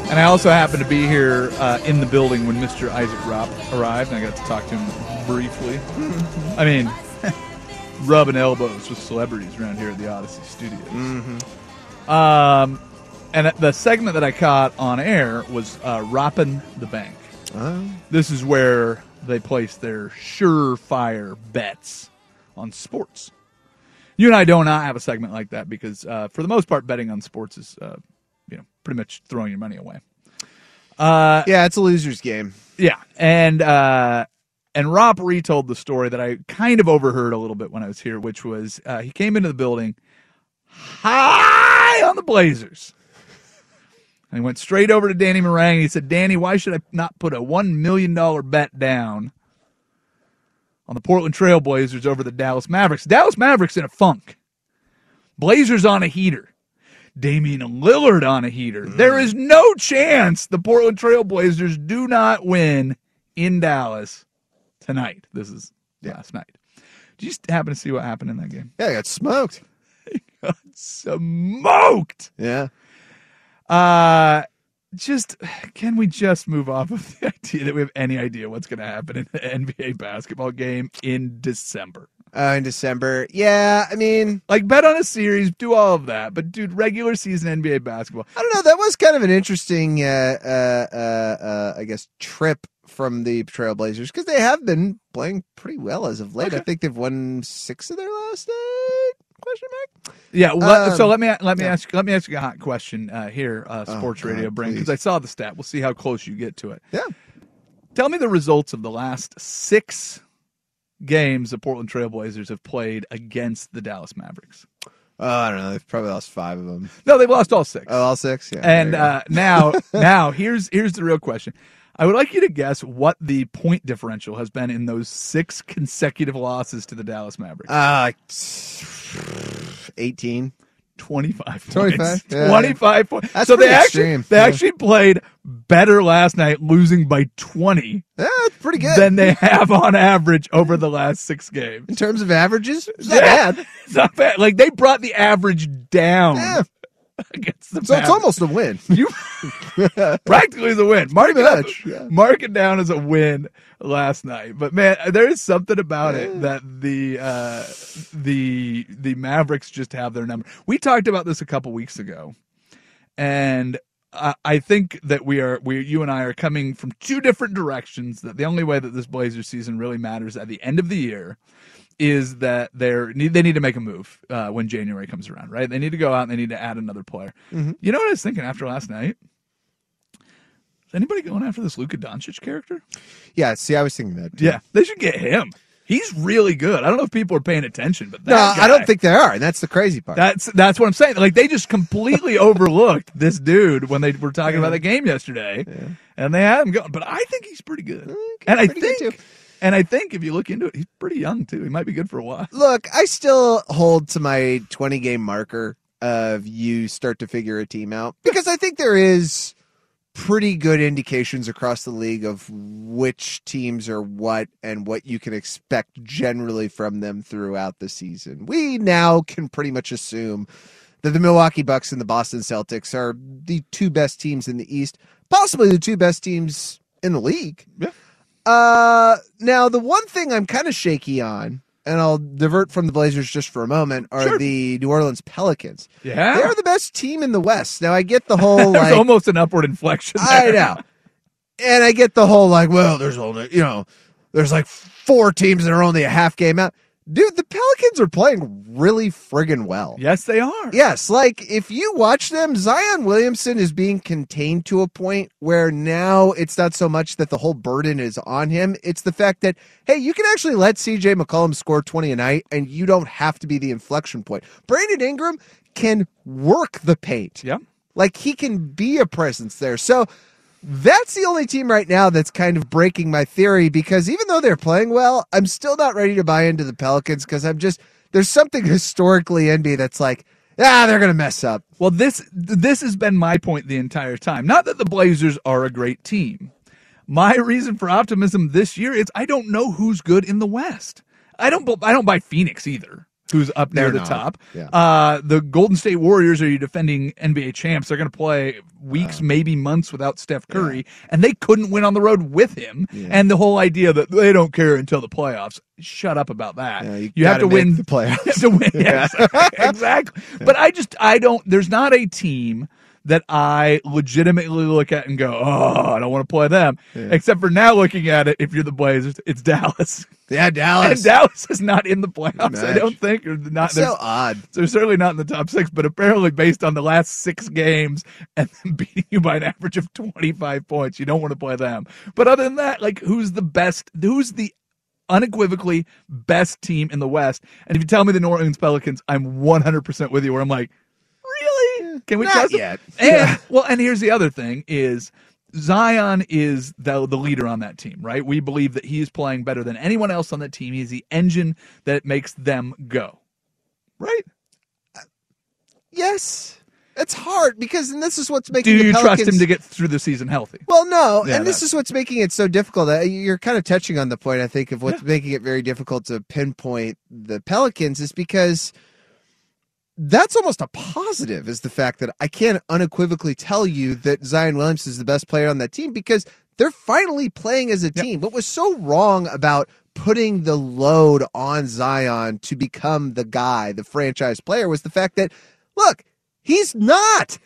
Speaker 3: And I also happened to be here uh, in the building when Mr. Isaac Ropp arrived, and I got to talk to him briefly. I mean, rubbing elbows with celebrities around here at the Odyssey Studios. Um, and the segment that I caught on air was uh, Roppin' the Bank. This is where they place their surefire bets on sports. You and I do not have a segment like that because, uh, for the most part, betting on sports is, uh, you know, pretty much throwing your money away. Uh,
Speaker 4: yeah, it's a loser's game.
Speaker 3: Yeah, and uh, and Rob retold the story that I kind of overheard a little bit when I was here, which was uh, he came into the building high on the Blazers, and he went straight over to Danny Meringue. He said, "Danny, why should I not put a one million dollar bet down?" On the Portland Trail Blazers over the Dallas Mavericks. Dallas Mavericks in a funk. Blazers on a heater. Damian Lillard on a heater.
Speaker 4: Mm.
Speaker 3: There is no chance the Portland Trail Blazers do not win in Dallas tonight. This is last night. Did you just happen to see what happened in that game?
Speaker 4: Yeah, I got smoked.
Speaker 3: got smoked.
Speaker 4: Yeah.
Speaker 3: Uh just can we just move off of the idea that we have any idea what's going to happen in the NBA basketball game in December?
Speaker 4: Uh, in December. Yeah, I mean,
Speaker 3: like bet on a series, do all of that, but dude, regular season NBA basketball.
Speaker 4: I don't know. That was kind of an interesting, uh, uh, uh, uh I guess, trip from the Trailblazers because they have been playing pretty well as of late. I think they've won six of their last eight. Question mark.
Speaker 3: Yeah. let-
Speaker 4: Um,
Speaker 3: so let me let me
Speaker 4: yeah.
Speaker 3: ask let me ask you a hot question uh, here, uh,
Speaker 4: Oh,
Speaker 3: sports
Speaker 4: God,
Speaker 3: radio brain, because
Speaker 4: please.
Speaker 3: I saw the stat. We'll see how close you get to it.
Speaker 4: Yeah.
Speaker 3: Tell me the results of the last six games the Portland Trailblazers have played against the Dallas Mavericks.
Speaker 4: Oh, I don't know. They've probably lost five of them.
Speaker 3: No, they've lost all six.
Speaker 4: Oh, all six. Yeah.
Speaker 3: and
Speaker 4: there you
Speaker 3: uh, now now here's here's the real question. I would like you to guess what the point differential has been in those six consecutive losses to the Dallas Mavericks.
Speaker 4: go. uh, eighteen.
Speaker 3: 25
Speaker 4: 25,
Speaker 3: points.
Speaker 4: yeah.
Speaker 3: 25 points.
Speaker 4: That's
Speaker 3: so they
Speaker 4: pretty
Speaker 3: actually
Speaker 4: extreme,
Speaker 3: they
Speaker 4: yeah.
Speaker 3: actually played better last night losing by 20
Speaker 4: Yeah, that's pretty good.
Speaker 3: than they have on average over the last 6 games.
Speaker 4: in terms of averages, it's not
Speaker 3: Yeah.
Speaker 4: bad.
Speaker 3: It's not bad. Like they brought the average down.
Speaker 4: Yeah.
Speaker 3: Against the
Speaker 4: So it's
Speaker 3: Mavericks.
Speaker 4: almost a win.
Speaker 3: You practically the win. Mark it,
Speaker 4: Pretty
Speaker 3: up,
Speaker 4: much, yeah.
Speaker 3: mark it down as a win last night. But man, there is something about it that the uh, the the Mavericks just have their number. We talked about this a couple weeks ago, and I, I think that we are we you and I are coming from two different directions. That the only way that this Blazers season really matters at the end of the year is that they're need, they need to make a move uh, when January comes around, right? They need to go out and they need to add another player.
Speaker 4: Mhm.
Speaker 3: You know what I was thinking after last night? Is anybody going after this Luka Doncic character?
Speaker 4: Yeah. See, I was thinking that. too.
Speaker 3: Yeah, they should get him. He's really good. I don't know if people are paying attention, but that
Speaker 4: No, I
Speaker 3: guy-
Speaker 4: don't think they are, and that's the crazy part.
Speaker 3: that's that's what I'm saying. Like they just completely overlooked this dude when they were talking about the game yesterday, and they had him going. But I think he's pretty good, and I
Speaker 4: pretty good,
Speaker 3: think, and I think if you look into it, he's pretty young too. He might be good for a while.
Speaker 4: Look, I still hold to my 20 game marker of you start to figure a team out because I think there is pretty good indications across the league of which teams are what and what you can expect generally from them throughout the season. We now can pretty much assume that the Milwaukee Bucks and the Boston Celtics are the two best teams in the East, possibly the two best teams in the league.
Speaker 3: Yeah.
Speaker 4: Uh, now the one thing I'm kind of shaky on, and I'll divert from the Blazers just for a moment, are
Speaker 3: Sure.
Speaker 4: the New Orleans Pelicans.
Speaker 3: Yeah,
Speaker 4: They are the best team in the West. Now I get the whole
Speaker 3: there's
Speaker 4: like
Speaker 3: almost an upward inflection.
Speaker 4: Oh I
Speaker 3: there.
Speaker 4: know. And I get the whole like, well, there's only you know, there's like four teams that are only a half game out. Dude, the Pelicans are playing really friggin' well.
Speaker 3: Yes, they are.
Speaker 4: Yes, like if you watch them, Zion Williamson is being contained to a point where now it's not so much that the whole burden is on him. It's the fact that, hey, you can actually let CJ McCollum score 20 a night and you don't have to be the inflection point. Brandon Ingram can work the paint.
Speaker 3: Yeah.
Speaker 4: Like he can be a presence there. So that's the only team right now that's kind of breaking my theory because even though they're playing well, I'm still not ready to buy into the Pelicans because I'm just there's something historically in me that's like, ah, they're gonna mess up.
Speaker 3: Well, this th- this has been my point the entire time. Not that the Blazers are a great team. My reason for optimism this year is I don't know who's good in the West. I don't bu- I don't buy Phoenix either. Who's up near
Speaker 4: They're
Speaker 3: the
Speaker 4: not.
Speaker 3: top?
Speaker 4: Yeah.
Speaker 3: Uh, the Golden State Warriors are your defending NBA champs. They're going to play
Speaker 4: Uh.
Speaker 3: weeks, maybe months without Steph Curry, and they couldn't win on the road with him.
Speaker 4: Yeah.
Speaker 3: And the whole idea that they don't care until the playoffs. Shut up about that.
Speaker 4: Yeah,
Speaker 3: you
Speaker 4: you
Speaker 3: have to
Speaker 4: gotta make
Speaker 3: win
Speaker 4: the playoffs.
Speaker 3: You have to win. Yeah, exactly. exactly. But I just I don't. There's not a team that I legitimately look at and go, oh, I don't want to play them. Except for now, looking at it, if you're the Blazers, it's Dallas.
Speaker 4: Yeah,
Speaker 3: And
Speaker 4: Dallas.
Speaker 3: Dallas is not in the playoffs. I
Speaker 4: Imagine.
Speaker 3: don't think. Or not.
Speaker 4: That's
Speaker 3: they're-
Speaker 4: so odd.
Speaker 3: they're certainly not in the top six, but apparently based on the last six games and them beating you by an average of 25 points, you don't want to play them. But other than that, like who's the best? Who's the unequivocally best team in the West? And if you tell me the New Orleans Pelicans, I'm 100% with you where I'm like, really? Can we
Speaker 4: Not
Speaker 3: trust them?
Speaker 4: yet.
Speaker 3: And,
Speaker 4: Yeah.
Speaker 3: Well, and here's the other thing is Zion is the, the leader on that team, right? We believe that he is playing better than anyone else on that team. He's the engine that makes them go, right?
Speaker 4: Yes. It's hard because and this is what's making
Speaker 3: do
Speaker 4: the
Speaker 3: you
Speaker 4: Pelicans,
Speaker 3: trust him to get through the season healthy?
Speaker 4: Well, no,
Speaker 3: Yeah,
Speaker 4: and this
Speaker 3: that-
Speaker 4: is what's making it so difficult. Uh, You're kind of touching on the point, I think, of what's making it very difficult to pinpoint the Pelicans is because that's almost a positive is the fact that I can't unequivocally tell you that Zion Williams is the best player on that team because they're finally playing as a team. What was so wrong about putting the load on Zion to become the guy, the franchise player, was the fact that, look, he's not.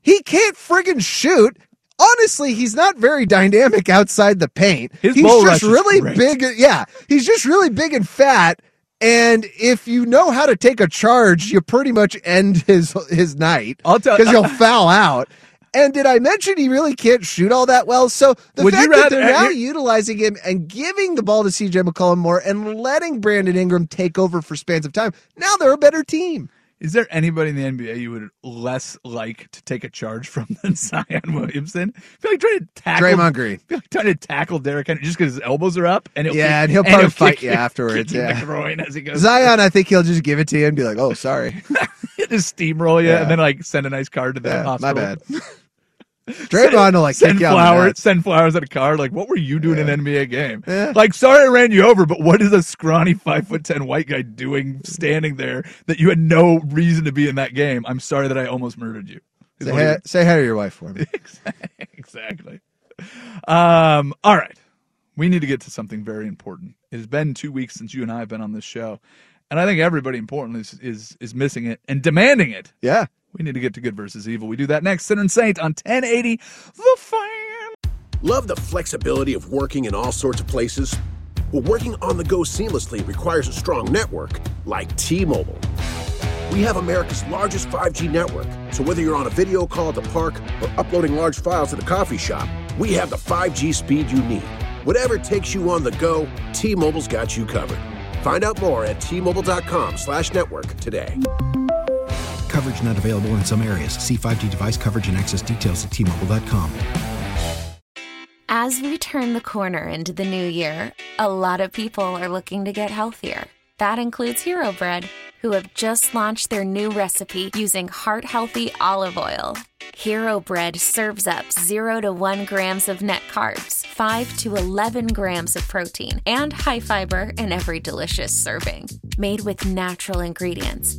Speaker 4: he can't friggin' shoot. Honestly, he's not very dynamic outside the paint.
Speaker 3: His
Speaker 4: he's
Speaker 3: bull rush
Speaker 4: just
Speaker 3: is
Speaker 4: really
Speaker 3: great.
Speaker 4: big. Yeah, he's just really big and fat. And if you know how to take a charge, you pretty much end his his night. I'll
Speaker 3: tell-
Speaker 4: because he'll foul out. And did I mention he really can't shoot all that well? So the
Speaker 3: Would
Speaker 4: fact
Speaker 3: you
Speaker 4: that
Speaker 3: rather-
Speaker 4: they're now
Speaker 3: here-
Speaker 4: utilizing him and giving the ball to CJ McCollum more and letting Brandon Ingram take over for spans of time, now they're a better team.
Speaker 3: Is there anybody in the NBA you would less like to take a charge from than Zion Williamson? I feel like trying to tackle
Speaker 4: Draymond Green.
Speaker 3: I feel like trying to tackle Derrick Henry just because his elbows are up, and he'll
Speaker 4: Yeah,
Speaker 3: kick-
Speaker 4: and he'll probably fight
Speaker 3: kick
Speaker 4: you
Speaker 3: your-
Speaker 4: afterwards,
Speaker 3: kick your
Speaker 4: yeah.
Speaker 3: groin as he goes.
Speaker 4: Zion, I think he'll just give it to you and be like, "Oh, sorry,
Speaker 3: just steamroll you,
Speaker 4: Yeah.
Speaker 3: and then like send a nice card to the
Speaker 4: Yeah, my
Speaker 3: hospital.
Speaker 4: bad." Draymond will like
Speaker 3: send
Speaker 4: kick you out in the
Speaker 3: flowers,
Speaker 4: nuts.
Speaker 3: send flowers at a car. Like, what were you doing in an NBA game?
Speaker 4: Yeah.
Speaker 3: Like, sorry I ran you over, but what is a scrawny five foot ten white guy doing standing there that you had no reason to be in that game? I'm sorry that I almost murdered you. Is
Speaker 4: Say,
Speaker 3: what he-
Speaker 4: hi- say hi to your wife for me.
Speaker 3: exactly. Um, all right. We need to get to something very important. It has been two weeks since you and I have been on this show, and I think everybody important is is, is missing it and demanding it.
Speaker 4: Yeah.
Speaker 3: We need to get to good versus evil. We do that next. Sinner and Saint on 1080 The Fan.
Speaker 6: Love the flexibility of working in all sorts of places? Well, working on the go seamlessly requires a strong network like T Mobile. We have America's largest 5G network, so whether you're on a video call at the park or uploading large files at a coffee shop, we have the 5G speed you need. Whatever takes you on the go, T Mobile's got you covered. Find out more at T Mobile.com slash network today.
Speaker 10: Coverage not available in some areas. See 5G device coverage and access details at tmobile.com.
Speaker 11: As we turn the corner into the new year, a lot of people are looking to get healthier. That includes Hero Bread, who have just launched their new recipe using heart healthy olive oil. Hero Bread serves up 0 to 1 grams of net carbs, 5 to 11 grams of protein, and high fiber in every delicious serving. Made with natural ingredients,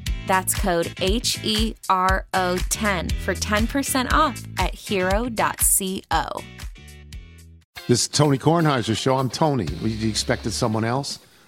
Speaker 11: That's code H E R O 10 for 10% off at hero.co.
Speaker 12: This is Tony Kornheiser's show. I'm Tony. You expected someone else?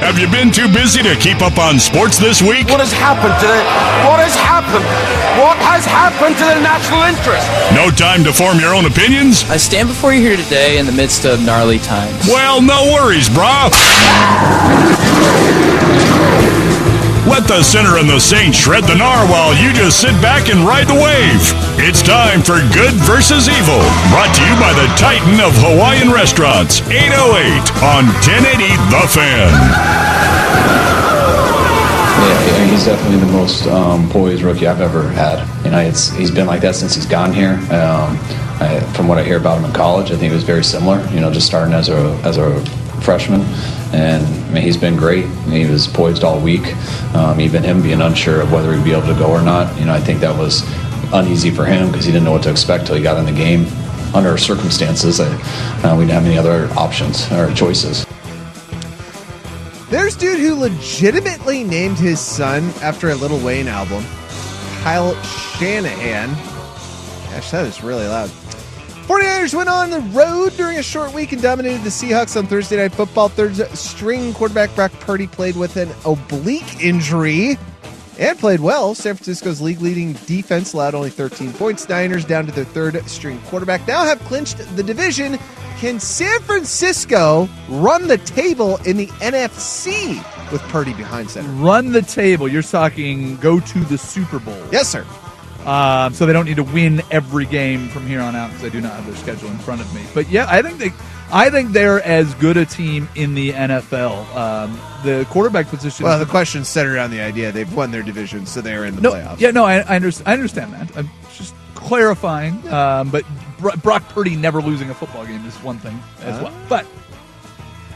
Speaker 2: Have you been too busy to keep up on sports this week? What has happened to the What has happened? What has happened to the national interest? No time to form your own opinions? I stand before you here today in the midst of gnarly times. Well, no worries, brah. Let the sinner and the saint shred the gnar while you just sit back and ride the wave. It's time for Good versus Evil, brought to you by the Titan of Hawaiian Restaurants, 808 on 1080 The Fan.
Speaker 13: Yeah, he's definitely the most um, poised rookie I've ever had. You know, it's he's been like that since he's gotten here. Um, I, from what I hear about him in college, I think it was very similar. You know, just starting as a as a freshman, and I mean, he's been great. He was poised all week. Um, even him being unsure of whether he'd be able to go or not. You know, I think that was uneasy for him because he didn't know what to expect till he got in the game. Under our circumstances, I, uh, we didn't have any other options or choices.
Speaker 4: There's dude who legitimately named his son after a Little Wayne album, Kyle Shanahan. Gosh, that is really loud. 49ers went on the road during a short week and dominated the Seahawks on Thursday Night Football. Third string quarterback Brock Purdy played with an oblique injury and played well. San Francisco's league leading defense allowed only 13 points. Niners down to their third string quarterback now have clinched the division. Can San Francisco run the table in the NFC with Purdy behind center?
Speaker 3: Run the table. You're talking go to the Super Bowl.
Speaker 4: Yes, sir.
Speaker 3: Um, so they don't need to win every game from here on out because I do not have their schedule in front of me. But yeah, I think they, I think they're as good a team in the NFL. Um, the quarterback position.
Speaker 4: Well, the question centered around the idea they've won their division, so they're in the
Speaker 3: no,
Speaker 4: playoffs.
Speaker 3: yeah, no, I, I, under, I understand that. I'm just clarifying. Um, but Bro- Brock Purdy never losing a football game is one thing as
Speaker 4: Uh.
Speaker 3: well. But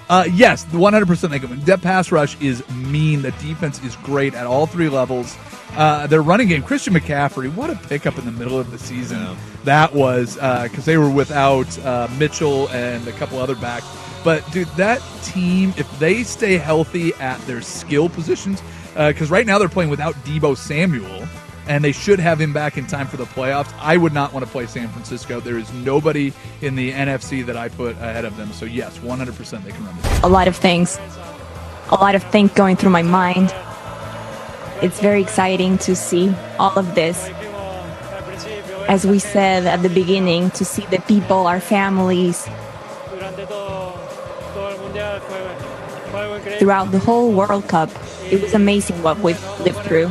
Speaker 3: uh, yes, 100% they can win. That pass rush is mean. The defense is great at all three levels. Uh, their running game, Christian McCaffrey, what a pickup in the middle of the season that was because they were without uh, Mitchell and a couple other backs. But, dude, that team, if they stay healthy at their skill positions, because right now they're playing without Debo Samuel, and they should have him back in time for the playoffs. I would not want to play San Francisco. There is nobody in the NFC that I put ahead of them. So, yes, 100% they can run this.
Speaker 14: a lot of things, a lot of things going through my mind. It's very exciting to see all of this. As we said at the beginning, to see the people, our families, throughout the whole World Cup, it was amazing what we've lived through.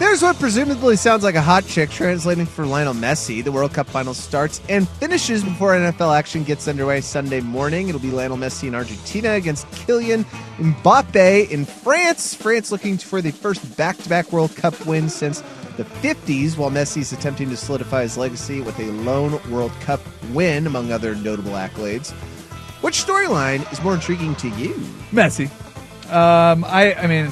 Speaker 4: There's what presumably sounds like a hot chick translating for Lionel Messi. The World Cup final starts and finishes before NFL action gets underway Sunday morning. It'll be Lionel Messi in Argentina against Kylian Mbappe in France. France looking for the first back to back World Cup win since the 50s, while Messi's attempting to solidify his legacy with a lone World Cup win, among other notable accolades. Which storyline is more intriguing to you?
Speaker 3: Messi. Um, I, I mean,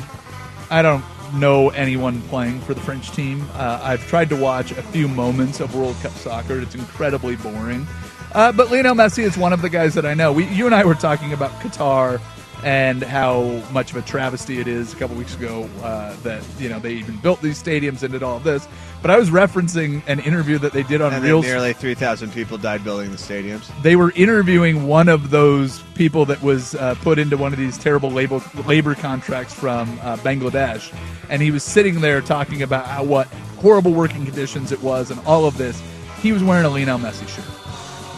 Speaker 3: I don't know anyone playing for the French team. Uh, I've tried to watch a few moments of World Cup soccer. It's incredibly boring. Uh, but Lionel Messi is one of the guys that I know. We, you and I were talking about Qatar and how much of a travesty it is a couple weeks ago uh, that you know they even built these stadiums and did all of this. But I was referencing an interview that they did on
Speaker 4: And
Speaker 3: Real.
Speaker 4: then nearly 3,000 people died building the stadiums.
Speaker 3: they were interviewing one of those people that was uh, put into one of these terrible labor, labor contracts from uh, Bangladesh. And he was sitting there talking about how, what horrible working conditions it was and all of this. He was wearing a Lionel Messi shirt.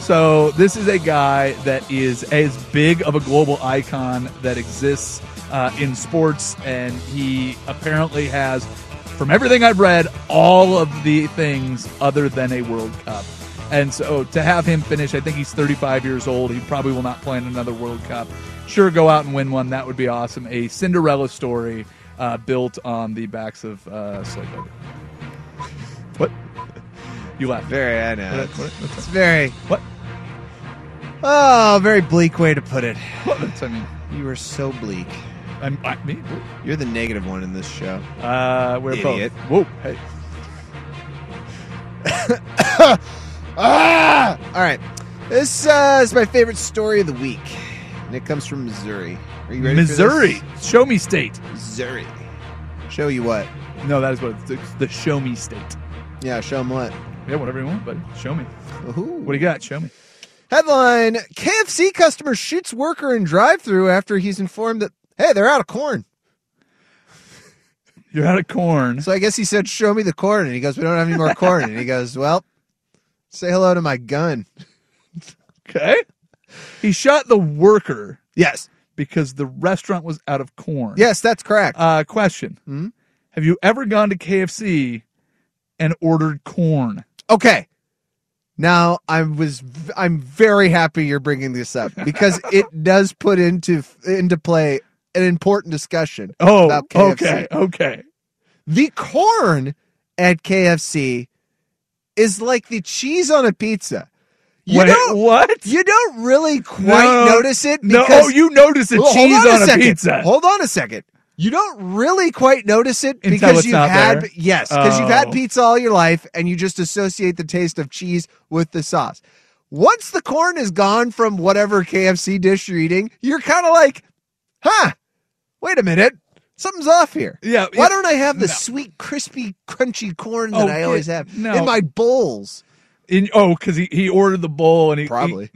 Speaker 3: So this is a guy that is as big of a global icon that exists uh, in sports. And he apparently has, from everything I've read, all of the things other than a World Cup. And so oh, to have him finish, I think he's 35 years old. He probably will not play in another World Cup. Sure, go out and win one. That would be awesome. A Cinderella story uh, built on the backs of uh, slave labor. What? You laughed.
Speaker 4: Very, I know.
Speaker 3: What- what-
Speaker 4: It's very.
Speaker 3: What?
Speaker 4: Oh, very bleak way to put it.
Speaker 3: What? I mean,
Speaker 4: you are so bleak.
Speaker 3: I'm I, me.
Speaker 4: You're the negative one in this show.
Speaker 3: Uh, we're
Speaker 4: Idiot.
Speaker 3: both. Whoa, hey.
Speaker 4: Ah! All right. This uh, is my favorite story of the week, and it comes from Missouri. Are you ready? for this?
Speaker 3: Missouri. Show me state.
Speaker 4: Missouri. Show you what?
Speaker 3: No, that is what it's, it's the show me state.
Speaker 4: Yeah, show them what.
Speaker 3: Yeah, whatever you want, but show me. What do you got? Show me.
Speaker 4: Headline: KFC customer shoots worker in drive-through after he's informed that hey, they're out of corn.
Speaker 3: You're out of corn.
Speaker 4: So I guess he said, "Show me the corn," and he goes, "We don't have any more corn." And he goes, "Well, say hello to my gun."
Speaker 3: Okay. He shot the worker.
Speaker 4: Yes.
Speaker 3: Because the restaurant was out of corn.
Speaker 4: Yes, that's correct. Hmm?
Speaker 3: Uh, question. Have you ever gone to KFC and ordered corn?
Speaker 4: Okay. Now I was I'm very happy you're bringing this up because it does put into into play an important discussion.
Speaker 3: Oh,
Speaker 4: about KFC.
Speaker 3: okay, okay.
Speaker 4: The corn at KFC is like the cheese on a pizza. You
Speaker 3: Wait,
Speaker 4: don't
Speaker 3: what?
Speaker 4: You don't really quite
Speaker 3: No,
Speaker 4: notice it.
Speaker 3: no,
Speaker 4: because-
Speaker 3: oh, you notice the
Speaker 4: Well, hold
Speaker 3: cheese on a
Speaker 4: second.
Speaker 3: pizza.
Speaker 4: Hold on a second. You don't really quite notice it
Speaker 3: Until
Speaker 4: because
Speaker 3: it's
Speaker 4: you've
Speaker 3: not
Speaker 4: had
Speaker 3: there.
Speaker 4: yes, because you've
Speaker 3: Oh.
Speaker 4: had pizza all your life and you just associate the taste of cheese with the sauce. Once the corn is gone from whatever KFC dish you're eating, you're kind of like, huh, wait a minute. Something's off here.
Speaker 3: Yeah,
Speaker 4: Why
Speaker 3: yeah,
Speaker 4: don't I have the
Speaker 3: no.
Speaker 4: sweet, crispy, crunchy corn
Speaker 3: Oh,
Speaker 4: that I always
Speaker 3: yeah,
Speaker 4: have
Speaker 3: no.
Speaker 4: in my bowls?
Speaker 3: In, oh, because he, he ordered the bowl and he probably.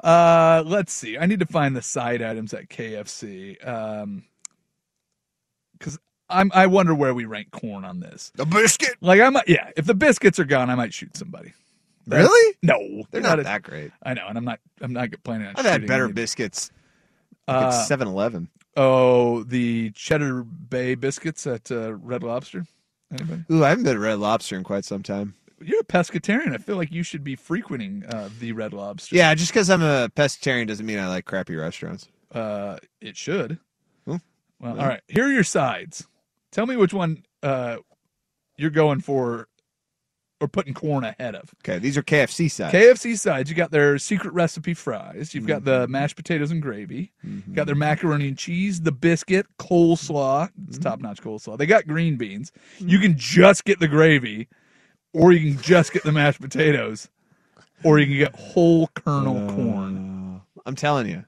Speaker 3: uh, let's see. I need to find the side items at KFC. Um, because I'm, I wonder where we rank corn on this.
Speaker 4: The biscuit.
Speaker 3: Like I might, yeah. If the biscuits are gone, I might shoot somebody.
Speaker 4: Really?
Speaker 3: No,
Speaker 4: They're not that great.
Speaker 3: I know, and I'm not. I'm not planning on.
Speaker 4: I've had
Speaker 3: shooting
Speaker 4: better
Speaker 3: anybody.
Speaker 4: biscuits. Like
Speaker 3: Uh,
Speaker 4: at 7 Eleven.
Speaker 3: Oh, the Cheddar Bay biscuits at uh, Red Lobster. Anybody?
Speaker 4: Ooh, I haven't been at Red Lobster in quite some time.
Speaker 3: You're a pescatarian. I feel like you should be frequenting uh, the Red Lobster.
Speaker 4: Yeah, just because I'm a pescatarian doesn't mean I like crappy restaurants.
Speaker 3: Uh, it should.
Speaker 4: Well,
Speaker 3: Well,
Speaker 4: yeah.
Speaker 3: all right. Here are your sides. Tell me which one uh, you're going for or putting corn ahead of.
Speaker 4: Okay, these are KFC sides.
Speaker 3: KFC sides, you got their secret recipe fries. You've got
Speaker 4: Mm-hmm.
Speaker 3: the mashed potatoes and gravy. You got their macaroni and cheese, the biscuit, coleslaw.
Speaker 4: Mm-hmm.
Speaker 3: It's top notch coleslaw. They got green beans. You can just get the gravy, or you can just get the mashed potatoes, or you can get whole kernel
Speaker 4: Uh,
Speaker 3: corn.
Speaker 4: I'm telling you,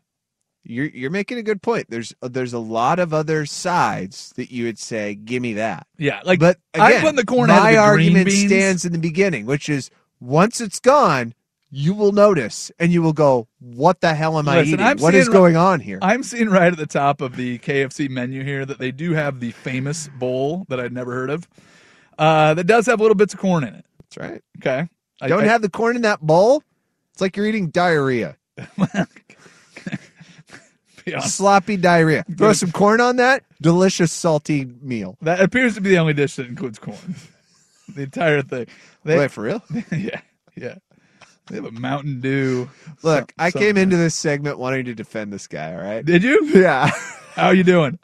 Speaker 4: you're you're making a good point. There's there's a lot of other sides that you would say, give me that.
Speaker 3: Yeah, like
Speaker 4: but
Speaker 3: I
Speaker 4: again,
Speaker 3: put the corn
Speaker 4: My
Speaker 3: ahead of the
Speaker 4: argument
Speaker 3: green beans.
Speaker 4: stands in the beginning, which is once it's gone, you will notice and you will go, "What the hell am I
Speaker 3: Listen,
Speaker 4: eating?
Speaker 3: I'm
Speaker 4: what is
Speaker 3: seeing-
Speaker 4: going on here?"
Speaker 3: I'm seeing right at the top of the KFC menu here that they do have the famous bowl that I'd never heard of. Uh, that does have little bits of corn in it.
Speaker 4: That's right.
Speaker 3: Okay. I-
Speaker 4: Don't
Speaker 3: I-
Speaker 4: have the corn in that bowl. It's like you're eating diarrhea,
Speaker 3: Be honest.
Speaker 4: sloppy diarrhea. Throw some corn on that delicious salty meal.
Speaker 3: That appears to be the only dish that includes corn. the entire thing.
Speaker 4: Wait, for real?
Speaker 3: yeah, yeah. They have a Mountain Dew.
Speaker 4: Look,
Speaker 3: some-
Speaker 4: I came
Speaker 3: something.
Speaker 4: into this segment wanting to defend this guy. All right.
Speaker 3: Did you?
Speaker 4: Yeah.
Speaker 3: How you doing?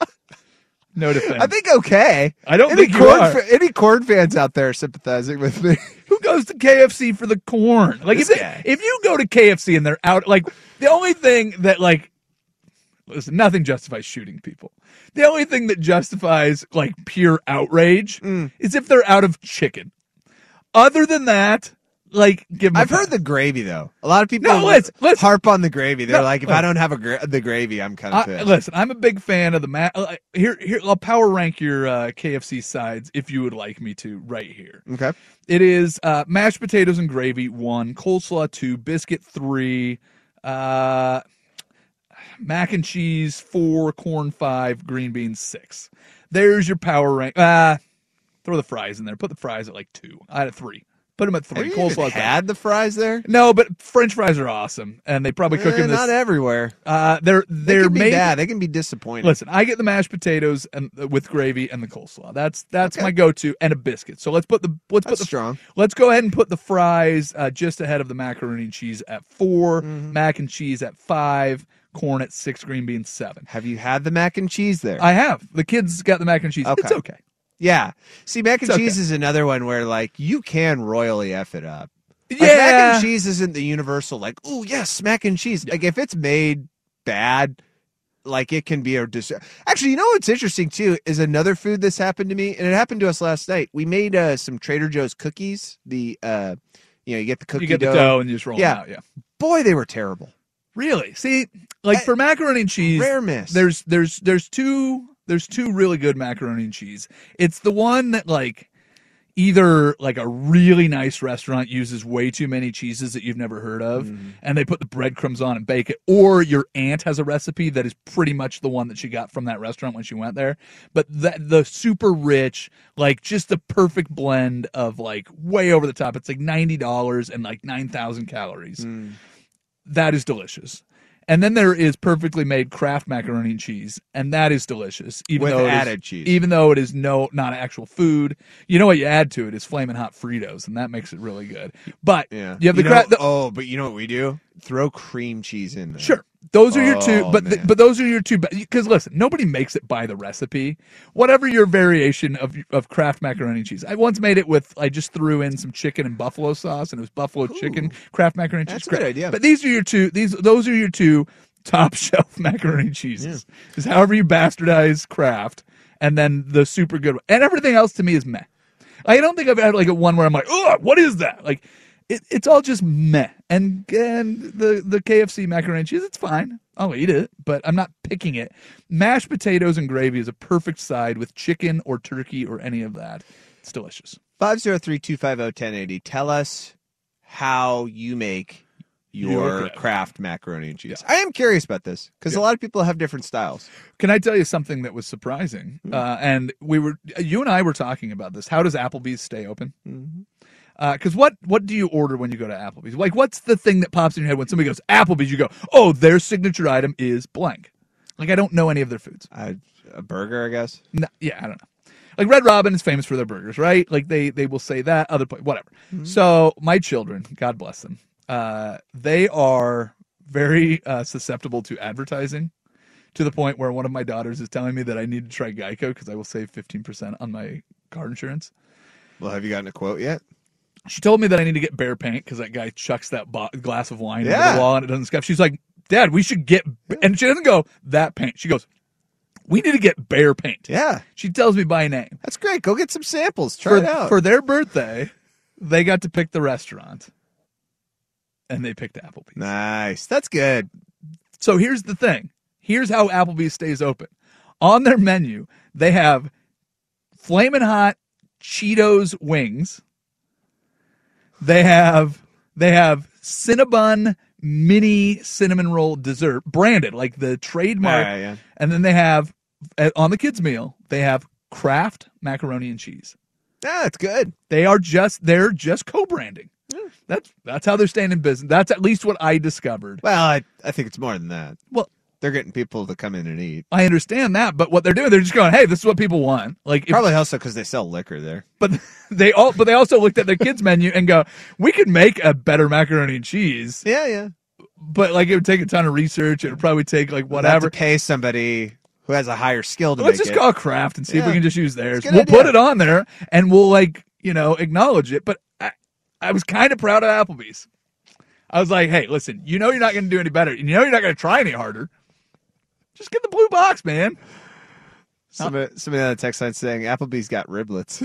Speaker 3: No defense.
Speaker 4: I think okay.
Speaker 3: I don't
Speaker 4: any
Speaker 3: think you
Speaker 4: corn
Speaker 3: are.
Speaker 4: fa- any corn fans out there sympathizing with me.
Speaker 3: Who goes to KFC for the corn? Like if
Speaker 4: This
Speaker 3: they,
Speaker 4: guy.
Speaker 3: if you go to KFC and they're out, like the only thing that like. Listen, nothing justifies shooting people. The only thing that justifies like pure outrage
Speaker 4: Mm.
Speaker 3: is if they're out of chicken. Other than that, like give. 'em a
Speaker 4: I've
Speaker 3: pass.
Speaker 4: heard the gravy though. A lot of people
Speaker 3: No, let's- let's-
Speaker 4: harp on the gravy. They're
Speaker 3: No,
Speaker 4: like, if
Speaker 3: look.
Speaker 4: I don't have a gra- the gravy, I'm kind of
Speaker 3: I,
Speaker 4: pissed.
Speaker 3: listen, I'm a big fan of the ma- uh, here. Here, I'll power rank your uh, KFC sides if you would like me to. Right here,
Speaker 4: Okay.
Speaker 3: it is uh, mashed potatoes and gravy one, coleslaw two, biscuit three, uh, mac and cheese four, corn five, green beans six. There's your power rank. Uh, throw the fries in there. Put the fries at like two. I had a three. Put them at
Speaker 4: Have
Speaker 3: three.
Speaker 4: you
Speaker 3: Coleslaw
Speaker 4: even had the fries there?
Speaker 3: No, but French fries are awesome, and they probably cook
Speaker 4: Eh,
Speaker 3: in this.
Speaker 4: not everywhere.
Speaker 3: uh, they're
Speaker 4: They
Speaker 3: they're
Speaker 4: can be
Speaker 3: made
Speaker 4: bad. They can be disappointing.
Speaker 3: Listen, I get the mashed potatoes and uh, with gravy and the coleslaw. That's that's my go-to and a biscuit. So let's put the let's put
Speaker 4: That's
Speaker 3: the
Speaker 4: strong.
Speaker 3: Let's go ahead and put the fries uh, just ahead of the macaroni and cheese at 4
Speaker 4: Mm-hmm.
Speaker 3: mac and cheese at five, corn at six, green beans seven.
Speaker 4: Have you had the mac and cheese there?
Speaker 3: I have the kids got the mac and cheese. It's
Speaker 4: Okay.
Speaker 3: okay.
Speaker 4: yeah. See, mac and
Speaker 3: It's okay.
Speaker 4: cheese is another one where like you can royally f it up. Like, mac
Speaker 3: Yeah.
Speaker 4: and cheese isn't the universal like. Oh yes, mac and cheese. Like if it's made bad, like it can be a dis. Actually, you know what's interesting too is another food that's happened to me, and it happened to us last night. We made uh, some Trader Joe's cookies. The uh, you know you get the cookie
Speaker 3: you get the dough and you just roll it
Speaker 4: Yeah.
Speaker 3: out. Yeah.
Speaker 4: Boy, they were terrible.
Speaker 3: Really? See, like for macaroni and cheese,
Speaker 4: Rare miss.
Speaker 3: There's there's there's two there's two really good macaroni and cheese. It's the one that like either like a really nice restaurant uses way too many cheeses that you've never heard of
Speaker 4: Mm-hmm.
Speaker 3: and they put the breadcrumbs on and bake it or your aunt has a recipe that is pretty much the one that she got from that restaurant when she went there but that the super rich like just the perfect blend of like way over the top it's like $90 and like 9000 calories
Speaker 4: Mm.
Speaker 3: that is delicious. And then there is perfectly made Kraft macaroni and cheese, and that is delicious. Even
Speaker 4: With
Speaker 3: though it is-
Speaker 4: added cheese.
Speaker 3: even though it is no not actual food, you know what you add to it is flaming hot Fritos, and that makes it really good. But
Speaker 4: Yeah.
Speaker 3: you have the,
Speaker 4: know-
Speaker 3: Kraft. the-
Speaker 4: oh, but you know what we do? Throw cream cheese in there.
Speaker 3: Sure. Those are your two,
Speaker 4: Oh,
Speaker 3: but th-
Speaker 4: man.
Speaker 3: but those are your two. Because listen, nobody makes it by the recipe. Whatever your variation of of Kraft macaroni and cheese. I once made it with I just threw in some chicken and buffalo sauce, and it was buffalo chicken Kraft macaroni and cheese.
Speaker 4: That's a good
Speaker 3: Kraft-
Speaker 4: idea.
Speaker 3: But these are your two. These those are your two top shelf macaroni and cheeses. Is however you bastardize Kraft, and then the super good one, and everything else to me is meh. I don't think I've had like a one where I'm like, oh, what is that? Like, it, it's all just meh. And and the the KFC macaroni and cheese, it's fine. I'll eat it, but I'm not picking it. Mashed potatoes and gravy is a perfect side with chicken or turkey or any of that. It's delicious.
Speaker 4: 503-250-1080. Tell us how you make your,
Speaker 3: Your
Speaker 4: Kraft macaroni and cheese. I am curious about this because a lot of people have different styles. Hmm.
Speaker 3: Can I tell you something that was surprising? Uh, and we were, you and I were talking about this. How does Applebee's stay open?
Speaker 4: Mm-hmm.
Speaker 3: Because what what do you order when you go to Applebee's? Like, what's the thing that pops in your head when somebody goes Applebee's? You go, oh, their signature item is blank. Like, I don't know any of their foods.
Speaker 4: I, a burger, I guess.
Speaker 3: No, yeah, I don't know. Like Red Robin is famous for their burgers, right? Like they they will say that other place, whatever.
Speaker 4: Mm-hmm.
Speaker 3: So my children, God bless them, uh, they are very uh, susceptible to advertising, to the point where one of my daughters is telling me that I need to try Geico because I will save fifteen percent on my car insurance.
Speaker 4: Well, have you gotten a quote yet?
Speaker 3: She told me that I need to get bear paint because that guy chucks that bo- glass of wine over
Speaker 4: Yeah.
Speaker 3: the wall and it doesn't scuff. She's like, Dad, we should get, b-" and she doesn't go that paint. She goes, We need to get bear paint.
Speaker 4: Yeah.
Speaker 3: She tells me by name.
Speaker 4: That's great. Go get some samples. Try
Speaker 3: for,
Speaker 4: it out.
Speaker 3: For their birthday, they got to pick the restaurant and they picked Applebee's.
Speaker 4: Nice. That's good.
Speaker 3: So here's the thing here's how Applebee's stays open. On their menu, they have flamin' hot Cheetos wings. They have they have Cinnabon mini cinnamon roll dessert branded like the trademark,
Speaker 4: Oh, Yeah, yeah.
Speaker 3: and then they have at- on the kids' meal they have Kraft macaroni and cheese.
Speaker 4: Yeah, Ah, that's good. Hmm.
Speaker 3: They are just they're just co-branding. That's that's how they're staying in business. That's at least what I discovered.
Speaker 4: Well, I, I think it's more than that.
Speaker 3: Well,
Speaker 4: they're getting people to come in and eat.
Speaker 3: I understand that, but what they're doing, they're just going, "Hey, this is what people want." Like, if-
Speaker 4: Probably also because they sell liquor there.
Speaker 3: but they all, but they also looked at their kids' menu and go, "We could make a better macaroni and cheese."
Speaker 4: Yeah, yeah.
Speaker 3: But like, it would take a ton of research. It would probably take like whatever.
Speaker 4: We'll have to pay somebody who has a higher skill to
Speaker 3: Let's
Speaker 4: make
Speaker 3: just
Speaker 4: it.
Speaker 3: call Kraft and see if we
Speaker 4: Yeah.
Speaker 3: can just use theirs.
Speaker 4: It's a
Speaker 3: We'll
Speaker 4: good
Speaker 3: put
Speaker 4: idea.
Speaker 3: it on there and we'll like you know acknowledge it. But I, I was kind of proud of Applebee's. I was like, "Hey, listen, you know you're not going to do any better. You know you're not going to try any harder. Just get the blue box, man."
Speaker 4: Somebody, somebody on the text line saying Applebee's got riblets,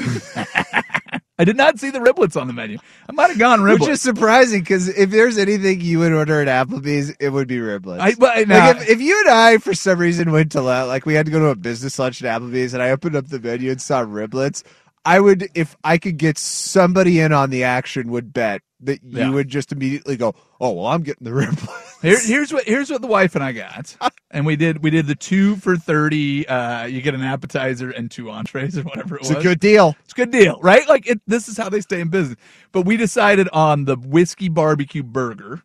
Speaker 3: I did not see the riblets on the menu. I might have gone riblets.
Speaker 4: which is surprising because if there's anything you would order at Applebee's, it would be riblets.
Speaker 3: I- but-
Speaker 4: Like,
Speaker 3: nah.
Speaker 4: if, if you and I for some reason went to la- like we had to go to a business lunch at Applebee's and I opened up the menu and saw riblets, I would if I could get somebody in on the action would bet that you
Speaker 3: Yeah.
Speaker 4: would just immediately go, oh well, I'm getting the riblets.
Speaker 3: Here, here's what here's what the wife and I got, and we did we did the two for thirty. Uh, you get an appetizer and two entrees or whatever it
Speaker 4: It's
Speaker 3: was.
Speaker 4: a good deal.
Speaker 3: It's a good deal, right? Like it, this is how they stay in business. But we decided on the whiskey barbecue burger,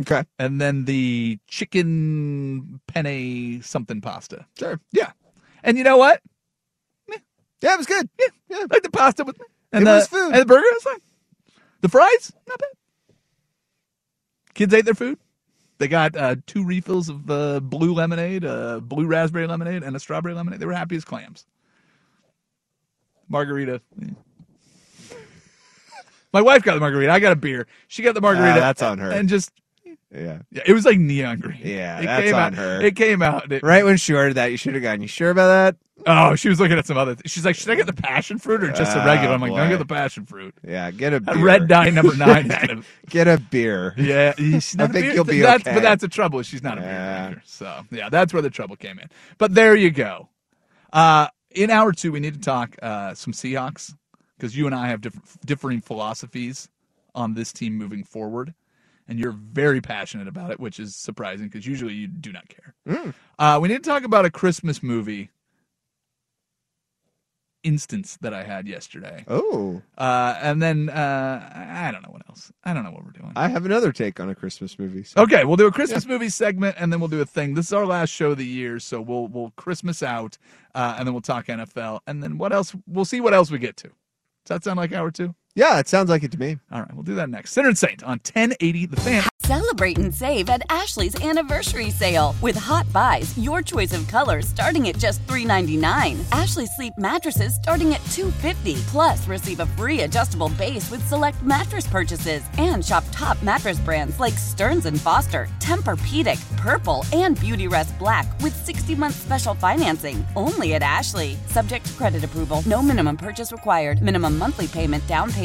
Speaker 4: okay,
Speaker 3: and then the chicken penne something pasta.
Speaker 4: Sure,
Speaker 3: yeah, and you know what?
Speaker 4: Yeah, it was good.
Speaker 3: Yeah, like the pasta was. And
Speaker 4: It
Speaker 3: the,
Speaker 4: was food.
Speaker 3: And the burger was fine. The fries, not bad. Kids ate their food. They got uh, two refills of uh, blue lemonade, uh, blue raspberry lemonade, and a strawberry lemonade. They were happy as clams. Margarita. eh. My wife got the margarita. I got a beer. She got the margarita.
Speaker 4: Ah, that's on her.
Speaker 3: And just
Speaker 4: Yeah.
Speaker 3: yeah, it was like neon green.
Speaker 4: Yeah,
Speaker 3: it
Speaker 4: that's
Speaker 3: came
Speaker 4: on
Speaker 3: out,
Speaker 4: her.
Speaker 3: It came out. It-
Speaker 4: Right when she ordered that, you should have gone. You sure about that?
Speaker 3: Oh, she was looking at some other. Th- She's like, should I get the passion fruit or just a
Speaker 4: Ah,
Speaker 3: regular? I'm like, don't
Speaker 4: boy.
Speaker 3: get the passion fruit.
Speaker 4: Yeah, get a
Speaker 3: That
Speaker 4: beer.
Speaker 3: red dye number nine is gonna-
Speaker 4: get a beer.
Speaker 3: Yeah, I
Speaker 4: I think you'll be
Speaker 3: that's,
Speaker 4: okay.
Speaker 3: But that's the trouble. She's not a beer drinker, so yeah, that's where the trouble came in. But there you go. Uh, in hour two, we need to talk uh, some Seahawks because you and I have diff- differing philosophies on this team moving forward, and you're very passionate about it, which is surprising because usually you do not care.
Speaker 4: Mm.
Speaker 3: Uh, we need to talk about a Christmas movie instance that I had yesterday.
Speaker 4: Oh,
Speaker 3: Uh, and then uh, I I don't know what else. I don't know what we're doing.
Speaker 4: I have another take on a Christmas movie. so-
Speaker 3: Okay, we'll do a Christmas movie segment, and then we'll do a thing. This is our last show of the year, so we'll we'll Christmas out, uh, and then we'll talk NFL, and then what else? We'll see what else we get to. Does that sound like hour two?
Speaker 4: Yeah, it sounds like it to me.
Speaker 3: All right, we'll do that next. Sinner and Saint on 1080 The Fan.
Speaker 7: Celebrate and save at Ashley's anniversary sale with hot buys, your choice of colors starting at just $3.99. Ashley Sleep mattresses starting at $2.50. Plus, receive a free adjustable base with select mattress purchases and shop top mattress brands like Stearns and Foster, Tempur-Pedic, Purple, and Beautyrest Black with 60-month special financing only at Ashley. Subject to credit approval, no minimum purchase required. Minimum monthly payment, down payment,